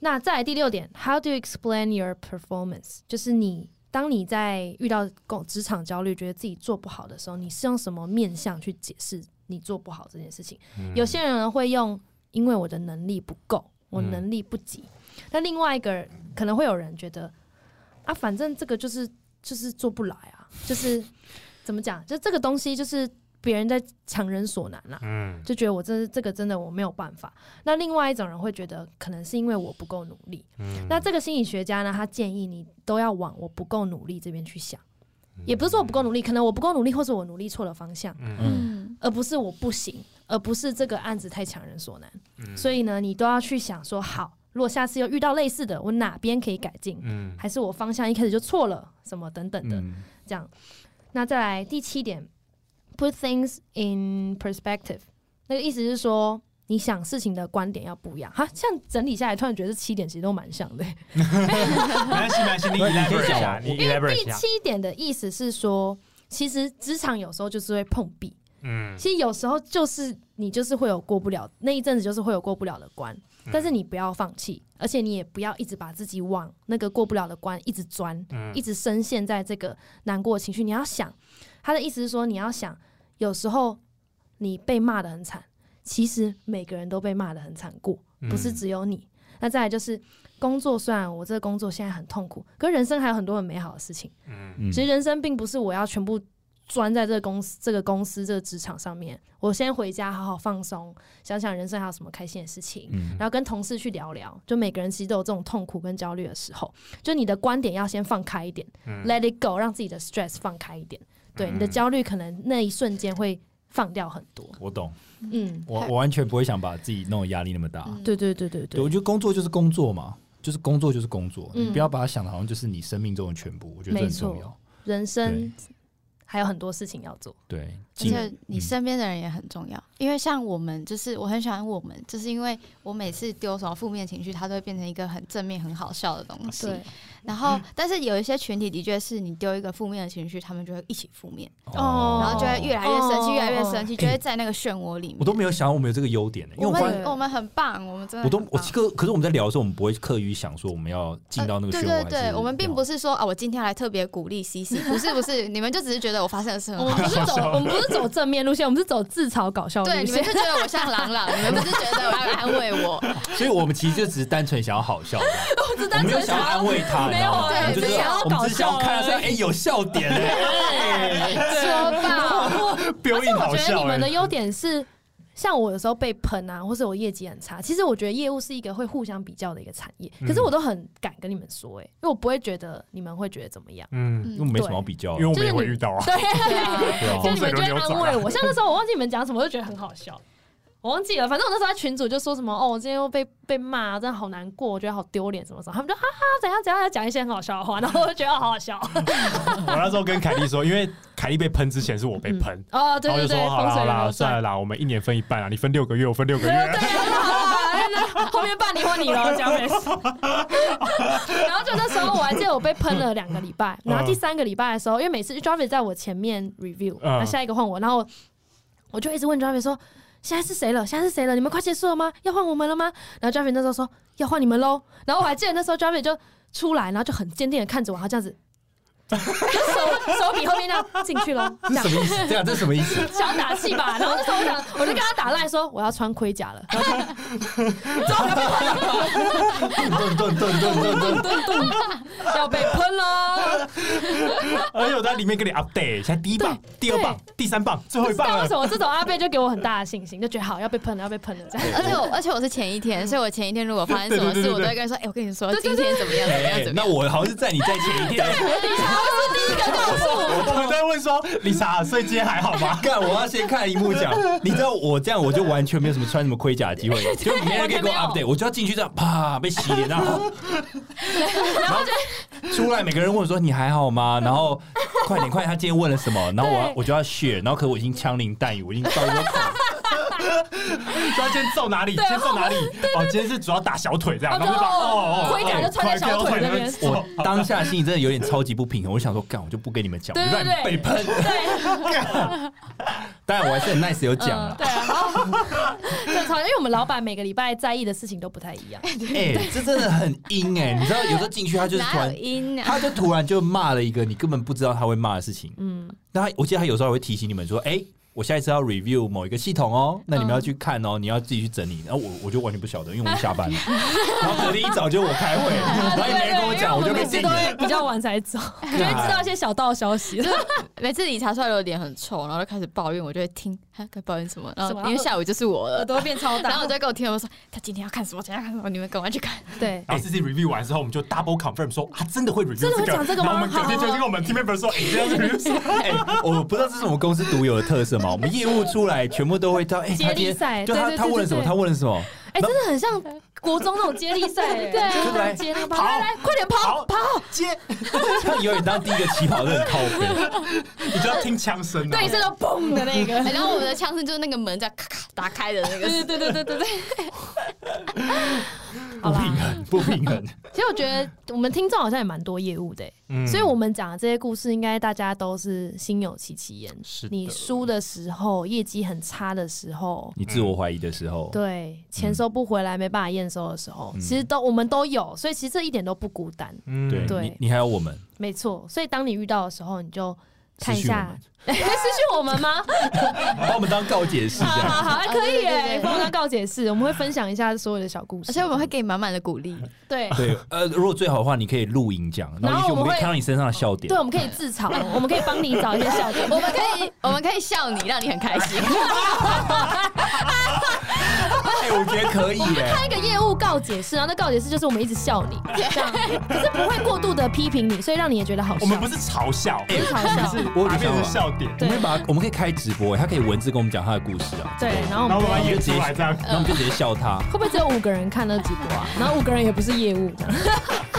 Speaker 3: 那再来第六点，How do you explain your performance？就是你当你在遇到工职场焦虑，觉得自己做不好的时候，你是用什么面向去解释你做不好这件事情？有些人呢会用“因为我的能力不够，我
Speaker 2: 嗯嗯
Speaker 3: 能力不及”那另外一个人可能会有人觉得啊，反正这个就是就是做不来啊，就是怎么讲，就这个东西就是别人在强人所难啊。
Speaker 2: 嗯
Speaker 3: 就觉得我这这个真的我没有办法。那另外一种人会觉得，可能是因为我不够努力。
Speaker 2: 嗯
Speaker 3: 那这个心理学家呢，他建议你都要往我不够努力这边去想，
Speaker 2: 嗯
Speaker 3: 也不是说我不够努力，可能我不够努力，或是我努力错了方向，
Speaker 1: 嗯，
Speaker 3: 而不是我不行，而不是这个案子太强人所难。所以呢，你都要去想说，好，如果下次又遇到类似的，我哪边可以改进，
Speaker 2: 嗯
Speaker 3: 还是我方向一开始就错了，什么等等的。
Speaker 4: 嗯
Speaker 3: 这样。那再来第七点，put things in perspective，那个意思是说。你想事情的观点要不一样哈，这样整理下来，突然觉得这七点其实都蛮像的、
Speaker 2: 没关系，没关系，你 elaborate
Speaker 4: 你可以
Speaker 2: 一
Speaker 4: 讲
Speaker 2: 下，
Speaker 4: 完
Speaker 2: 你
Speaker 3: 因为
Speaker 2: elaborate 一
Speaker 3: 第
Speaker 2: 下。
Speaker 3: 七点的意思是说，其实职场有时候就是会碰壁，
Speaker 2: 嗯
Speaker 3: 其实有时候就是你就是会有过不了那一阵子，就是会有过不了的关，
Speaker 2: 嗯
Speaker 3: 但是你不要放弃，而且你也不要一直把自己往那个过不了的关一直钻，
Speaker 2: 嗯
Speaker 3: 一直深陷在这个难过的情绪。你要想，他的意思是说，你要想，有时候你被骂的很惨，其实每个人都被骂的很惨过，
Speaker 2: 嗯
Speaker 3: 不是只有你。那再来就是工作，虽然我这个工作现在很痛苦，可是人生还有很多很美好的事情。
Speaker 2: 嗯
Speaker 4: 嗯
Speaker 3: 其实人生并不是我要全部钻在这个公司、这个公司、这个职场上面。我先回家好好放松，想想人生还有什么开心的事情，
Speaker 4: 嗯
Speaker 3: 然后跟同事去聊聊。就每个人其实都有这种痛苦跟焦虑的时候，就你的观点要先放开一点、
Speaker 2: 嗯
Speaker 3: l e t it go，让自己的 stress 放开一点。对，
Speaker 2: 嗯
Speaker 3: 你的焦虑可能那一瞬间会放掉很多。
Speaker 4: 我懂，
Speaker 3: 嗯，
Speaker 4: 我我完全不会想把自己弄得压力那么大。
Speaker 1: 嗯
Speaker 3: 对对对对
Speaker 4: 对，我
Speaker 3: 对，
Speaker 4: 觉得工作就是工作嘛，就是工作就是工作，
Speaker 3: 嗯
Speaker 4: 你不要把它想的好像就是你生命中的全部，我觉得这很
Speaker 3: 没错
Speaker 4: 重要。
Speaker 3: 人生还有很多事情要做。
Speaker 4: 对，
Speaker 1: 而
Speaker 4: 尽
Speaker 1: 且你身边的人也很重要，因为像我们，就是我很喜欢我们，就是因为我每次丢什么负面情绪，它都会变成一个很正面、很好笑的东西。
Speaker 3: 对，
Speaker 1: 然后，但是有一些群体的确是你丢一个负面的情绪，他们就会一起负面，
Speaker 3: 哦
Speaker 1: 然后就会越来越生气，
Speaker 3: 哦
Speaker 1: 越来越生气，就会在那个漩涡里面。
Speaker 4: 我都没有想到我们有这个优点呢、因为
Speaker 1: 我
Speaker 4: 我发
Speaker 1: 们
Speaker 4: 现。
Speaker 1: 我们很棒，我们真的
Speaker 4: 我都
Speaker 1: 很
Speaker 4: 我
Speaker 1: 棒
Speaker 4: 可可是我们在聊的时候，我们不会刻意想说我们要进到那个
Speaker 1: 对
Speaker 4: 漩涡、
Speaker 1: 呃对
Speaker 4: 还
Speaker 1: 对，
Speaker 4: 是
Speaker 1: 我们并
Speaker 4: 要
Speaker 1: 不是说啊，我今天来特别鼓励 CC，不是不是，你们就只是觉 得我发生的事
Speaker 3: 我
Speaker 1: 很好
Speaker 3: 们不是
Speaker 1: 笑。
Speaker 3: 走，我们不是走正面路线，我们是走自嘲搞笑路
Speaker 1: 对，你们
Speaker 3: 线。
Speaker 1: 就觉得我像朗 朗，你们不是觉得我要安慰我？
Speaker 4: 所以我们其实就只是单纯想要好 笑，我
Speaker 3: 只
Speaker 4: 没有想要安慰他，
Speaker 3: 没有啊
Speaker 4: 你知道吗我们就
Speaker 1: 对
Speaker 4: 是
Speaker 1: 只想要
Speaker 4: 我们只
Speaker 3: 搞
Speaker 4: 是想要
Speaker 3: 笑
Speaker 4: 看他说，
Speaker 3: 而
Speaker 4: 哎，有笑点哎，
Speaker 1: 说吧，
Speaker 2: 表演好
Speaker 3: 我觉得
Speaker 2: 笑
Speaker 3: 你们的
Speaker 2: 哎，
Speaker 3: 优点是，像我有时候被喷啊，或是我业绩很差。其实我觉得业务是一个会互相比较的一个产业，
Speaker 4: 嗯
Speaker 3: 可是我都很敢跟你们说、欸，因为我不会觉得你们会觉得怎么样。
Speaker 2: 嗯，
Speaker 4: 因为我们没什么好比较
Speaker 2: 因
Speaker 4: 的，
Speaker 2: 为我们
Speaker 3: 就是
Speaker 2: 也会
Speaker 3: 你
Speaker 2: 遇到啊，
Speaker 3: 对，
Speaker 4: 对啊
Speaker 3: 就
Speaker 2: 风
Speaker 3: 你
Speaker 2: 水
Speaker 3: 们就
Speaker 2: 轮流
Speaker 3: 会
Speaker 2: 转
Speaker 3: 安慰我。像那时候我忘记你们讲什么，我就觉得很好笑。我忘记了，反正我那时候在群主就说什么哦，我今天又被被骂，真的好难过，我觉得好丢脸什么什么。他们就哈哈，怎样怎样，讲一些很好笑的话，然后我就觉得哦好好笑。
Speaker 2: 我那时候跟凯莉说，因为凯莉被喷之前是我被喷，
Speaker 3: 哦，对
Speaker 2: 然后
Speaker 3: 对
Speaker 2: 就
Speaker 3: 对，
Speaker 2: 说好啦
Speaker 3: 风水
Speaker 2: 好
Speaker 3: 轮
Speaker 2: 啦，
Speaker 3: 流
Speaker 2: 算
Speaker 3: 转
Speaker 2: 了。啦，我们一年分一半啊，你分六个月，我分六个
Speaker 3: 对
Speaker 2: 月，
Speaker 3: 对，后面半你换你了，这样没事。 然后就那时候我还记得我被喷了两个礼拜，然
Speaker 4: 嗯
Speaker 3: 后第三个礼拜的时候，因为每次 Jarvis 在我前面 review，
Speaker 2: 嗯
Speaker 3: 那下一个换我，然后我就一直问 Jarvis 说。现在是谁了？现在是谁了？你们快结束了吗？要换我们了吗？然后 Jarvis 那时候说要换你们喽。然后我还记得那时候 Jarvis 就出来，然后就很坚定的看着我，然后这 样子，这样就手手比后面那样进去喽，这
Speaker 4: 这
Speaker 3: 样
Speaker 4: 什么意思？对啊，这什么意思？
Speaker 3: 想打气吧。然后那时候我想，我就跟他打赖说我要穿盔甲了。然后他之后我就被
Speaker 4: 顿顿顿顿顿顿，
Speaker 3: 要被喷了，
Speaker 2: 而且我在里面跟你 update，现在第一棒、第二棒、第三棒、最后
Speaker 3: 不
Speaker 2: 一
Speaker 3: 知
Speaker 2: 棒
Speaker 3: 道为
Speaker 2: 了
Speaker 3: 什。么这种阿贝就给我很大的信心，就觉得好要被喷了，要被喷了这 样。
Speaker 1: 而且我而且我是前一天，所以我前一天如果发生什么
Speaker 2: 对对对
Speaker 1: 事，
Speaker 2: 对
Speaker 1: 我都会跟他说，哎，我跟你说今天怎么样怎么 样
Speaker 4: 哎
Speaker 1: 怎，么
Speaker 4: 那
Speaker 1: 样。
Speaker 4: 我好像是在你在前一天，
Speaker 2: 我们在问说，理查，所以今天还好吗？
Speaker 4: 干，我要先看荧幕讲，你知道我这样我就完全没有什么穿什么盔甲的机会，就没人可以给
Speaker 3: 完全
Speaker 4: 我
Speaker 3: 没
Speaker 4: update，我就要进去这样啪被洗脸，然后然后出来每个人问我说你还好吗？然后快点快点，他今天问了什么？然后我要
Speaker 3: 对
Speaker 4: 我就要 share，然后可我已经枪林弹雨，我已经到处都跑，
Speaker 2: 说今天揍哪里？今天揍哪里？哦，今天是主要打小腿这样，
Speaker 3: 哦
Speaker 2: 然后就把
Speaker 3: 对
Speaker 2: 哦哦，
Speaker 3: 盔甲就穿在小腿那边
Speaker 2: 我
Speaker 4: 我当下心里真的有点超级不平衡，我想说干我就不跟你们讲，我
Speaker 3: 对
Speaker 4: 就
Speaker 3: 对
Speaker 4: 让你们被
Speaker 3: 对，
Speaker 4: 喷。
Speaker 3: 对
Speaker 4: 当然我还是很 nice 有讲了，
Speaker 3: 对啊，然后 正常，因为我们老板每个礼拜在意的事情都不太 一样，
Speaker 4: 哎，这真的很阴哎，你知道有时候进去他就是突
Speaker 1: 哪
Speaker 4: 然
Speaker 1: 有音啊？
Speaker 4: 他就突然就骂了一个你根本不知道他会骂的事情。嗯，那他我记得他有时候还会提醒你们说：“哎、我下一次要 review 某一个系统哦，那你们要去看哦，你要自己去整理。”然后我我就完全不晓得，因为我们下班了。 然后隔天一早就我开会，然后也没人跟我讲，我
Speaker 3: 对
Speaker 4: 就
Speaker 3: 对
Speaker 4: 被
Speaker 3: 对
Speaker 4: 定
Speaker 3: 因为我们每次都
Speaker 4: 了。
Speaker 3: 会比较晚才走，就会知道一些小道消息。
Speaker 1: 每次理查出来我脸很臭，然后就开始抱怨，我就会听他该抱怨什么，然
Speaker 3: 什
Speaker 1: 后
Speaker 3: 么
Speaker 1: 因为下午就是我
Speaker 3: 耳
Speaker 1: 了，
Speaker 3: 朵变超
Speaker 1: 然后
Speaker 3: 大
Speaker 1: 我，就跟我听友说他今天要看什么，今天要看什么，你们赶快去看。
Speaker 3: 对，
Speaker 2: 然后这次 review 完之后，我们就 double confirm 说啊，真的会 review
Speaker 3: 真的会
Speaker 2: 这个，
Speaker 3: 讲这个
Speaker 2: 然后我
Speaker 3: 吗
Speaker 2: 们隔天就跟我们 team member 说，哎，这样 review 什么
Speaker 4: 哎、 我不知道这是我们公司独有的特色嘛，我们业务出来全部都会到，哎、他
Speaker 3: 接
Speaker 4: 今
Speaker 3: 力
Speaker 4: 天
Speaker 3: 赛，
Speaker 4: 就
Speaker 3: 对
Speaker 4: 他
Speaker 3: 对
Speaker 4: 他
Speaker 3: 对
Speaker 4: 问了
Speaker 3: 对
Speaker 4: 什么，
Speaker 3: 对
Speaker 4: 他问了什么，
Speaker 3: 哎，真的很像国中那种接力赛，对啊
Speaker 4: 就
Speaker 3: 就是是
Speaker 4: 来
Speaker 3: 接那个
Speaker 2: 跑
Speaker 3: 跑，来来，快点
Speaker 2: 跑
Speaker 3: 跑跑，
Speaker 2: 接，
Speaker 4: 他永远当第一个起跑的很靠谱。
Speaker 2: 你就要听枪声啊，
Speaker 3: 对，是那种嘣的那个。
Speaker 1: 哎然后我们的枪声就是那个门在咔咔打开的那个，
Speaker 3: 对对对对对对。 好
Speaker 4: 不平
Speaker 3: 啦，
Speaker 4: 衡，不平衡。
Speaker 3: 其实我觉得我们听众好像也蛮多业务的欸、
Speaker 2: 嗯
Speaker 3: 所以我们讲的这些故事，应该大家都是心有戚戚焉。
Speaker 2: 是的
Speaker 3: 你输的时候，业绩很差的时候，
Speaker 4: 你自我怀疑的时候，
Speaker 3: 对钱收不回来，没办法验收的时候，其实都我们都有，所以其实这一点都不孤单，
Speaker 2: 嗯
Speaker 4: 对，
Speaker 3: 对
Speaker 4: 你你还有我们。
Speaker 3: 没错。所以当你遇到的时候，你就看一
Speaker 4: 私讯我
Speaker 3: 下
Speaker 4: 们，
Speaker 3: 哎私讯 我们吗？
Speaker 4: 把我们当告解释这
Speaker 3: 好
Speaker 4: 样。
Speaker 3: 好好，可
Speaker 1: 对
Speaker 3: 以
Speaker 1: 对对
Speaker 3: 耶，
Speaker 1: 对
Speaker 3: 帮我当告解释，我们会分享一下所有的小故
Speaker 1: 而
Speaker 3: 事，
Speaker 1: 且我们会给你满满的 鼓励。
Speaker 3: 对
Speaker 4: 对，呃，如果最好的话，你可以录影讲，然后
Speaker 3: 然
Speaker 4: 也许
Speaker 3: 后我
Speaker 4: 我
Speaker 3: 们
Speaker 4: 们可以
Speaker 3: 会
Speaker 4: 看到你身上的笑点
Speaker 3: 对，。我们可以自嘲，我们可以帮你找一些笑点。
Speaker 1: 我 们可以，我们可以笑你，让你很开心。
Speaker 4: 哎哎，我觉得可以耶。
Speaker 3: 那个业务告解室，然后那告解室就是我们一直笑 你，这样，可是不会过度的批评你，所以让你也觉得好笑。
Speaker 2: 我们不是嘲笑，
Speaker 3: 不是嘲笑，
Speaker 4: 我有
Speaker 2: 把它
Speaker 4: 个
Speaker 2: 变
Speaker 4: 想
Speaker 2: 成
Speaker 4: 法，
Speaker 2: 笑点，
Speaker 4: 我
Speaker 3: 对
Speaker 4: 们把它我们可以开直播，他可以文字跟我们讲他的故事啊，
Speaker 3: 对，然后我
Speaker 2: 然
Speaker 3: 们
Speaker 2: 后
Speaker 3: 会
Speaker 2: 把它演出来这样。
Speaker 4: 那我们就直接笑他。
Speaker 3: 不会只有五个人看那直 播啊？然后五个人也不是业务，这样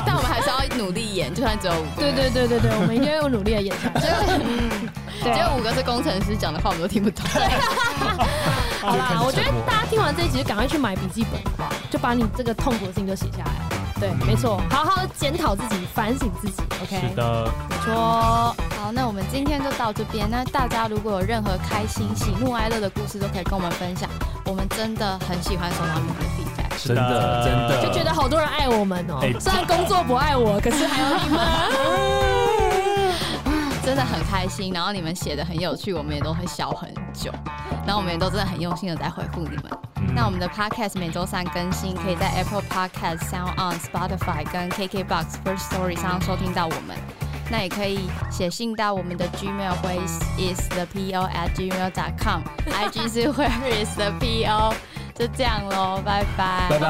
Speaker 5: 但我们还是要努力演，就算只有五个
Speaker 3: 对
Speaker 5: 人。
Speaker 3: 对对对对，我们一定要努力的演下去。对
Speaker 5: 只有五个是工程师讲的话，我们都听不懂。
Speaker 3: 好啦，我觉得大家听完这一集就赶快去买笔记本的话，就把你这个痛苦的事情都写下来。对，没错，好好检讨自己，反省自己。OK，
Speaker 2: 是的，
Speaker 3: 没错。
Speaker 1: 好，那我们今天就到这边。那大家如果有任何开心、喜怒哀乐的故事，都可以跟我们分享。我们真的很喜欢收到你们的 feedback。
Speaker 4: 真的真的，
Speaker 3: 就觉得好多人爱我们哦、
Speaker 4: 哎
Speaker 3: 虽然工作不爱我，可是还有你们。
Speaker 1: 真的很开心，然后你们写的很有趣，我们也都会笑很久，然后我们也都真的很用心的在回复你们。那我们的 podcast 每周三更新，可以在 Apple Podcast、Sound On、Spotify 跟 KKBox First Story 上收听到我们。那也可以写信到我们的 Gmail 会 is the po at gmail dot com，IG 是 where is the po，就这样喽，拜拜
Speaker 4: 拜拜。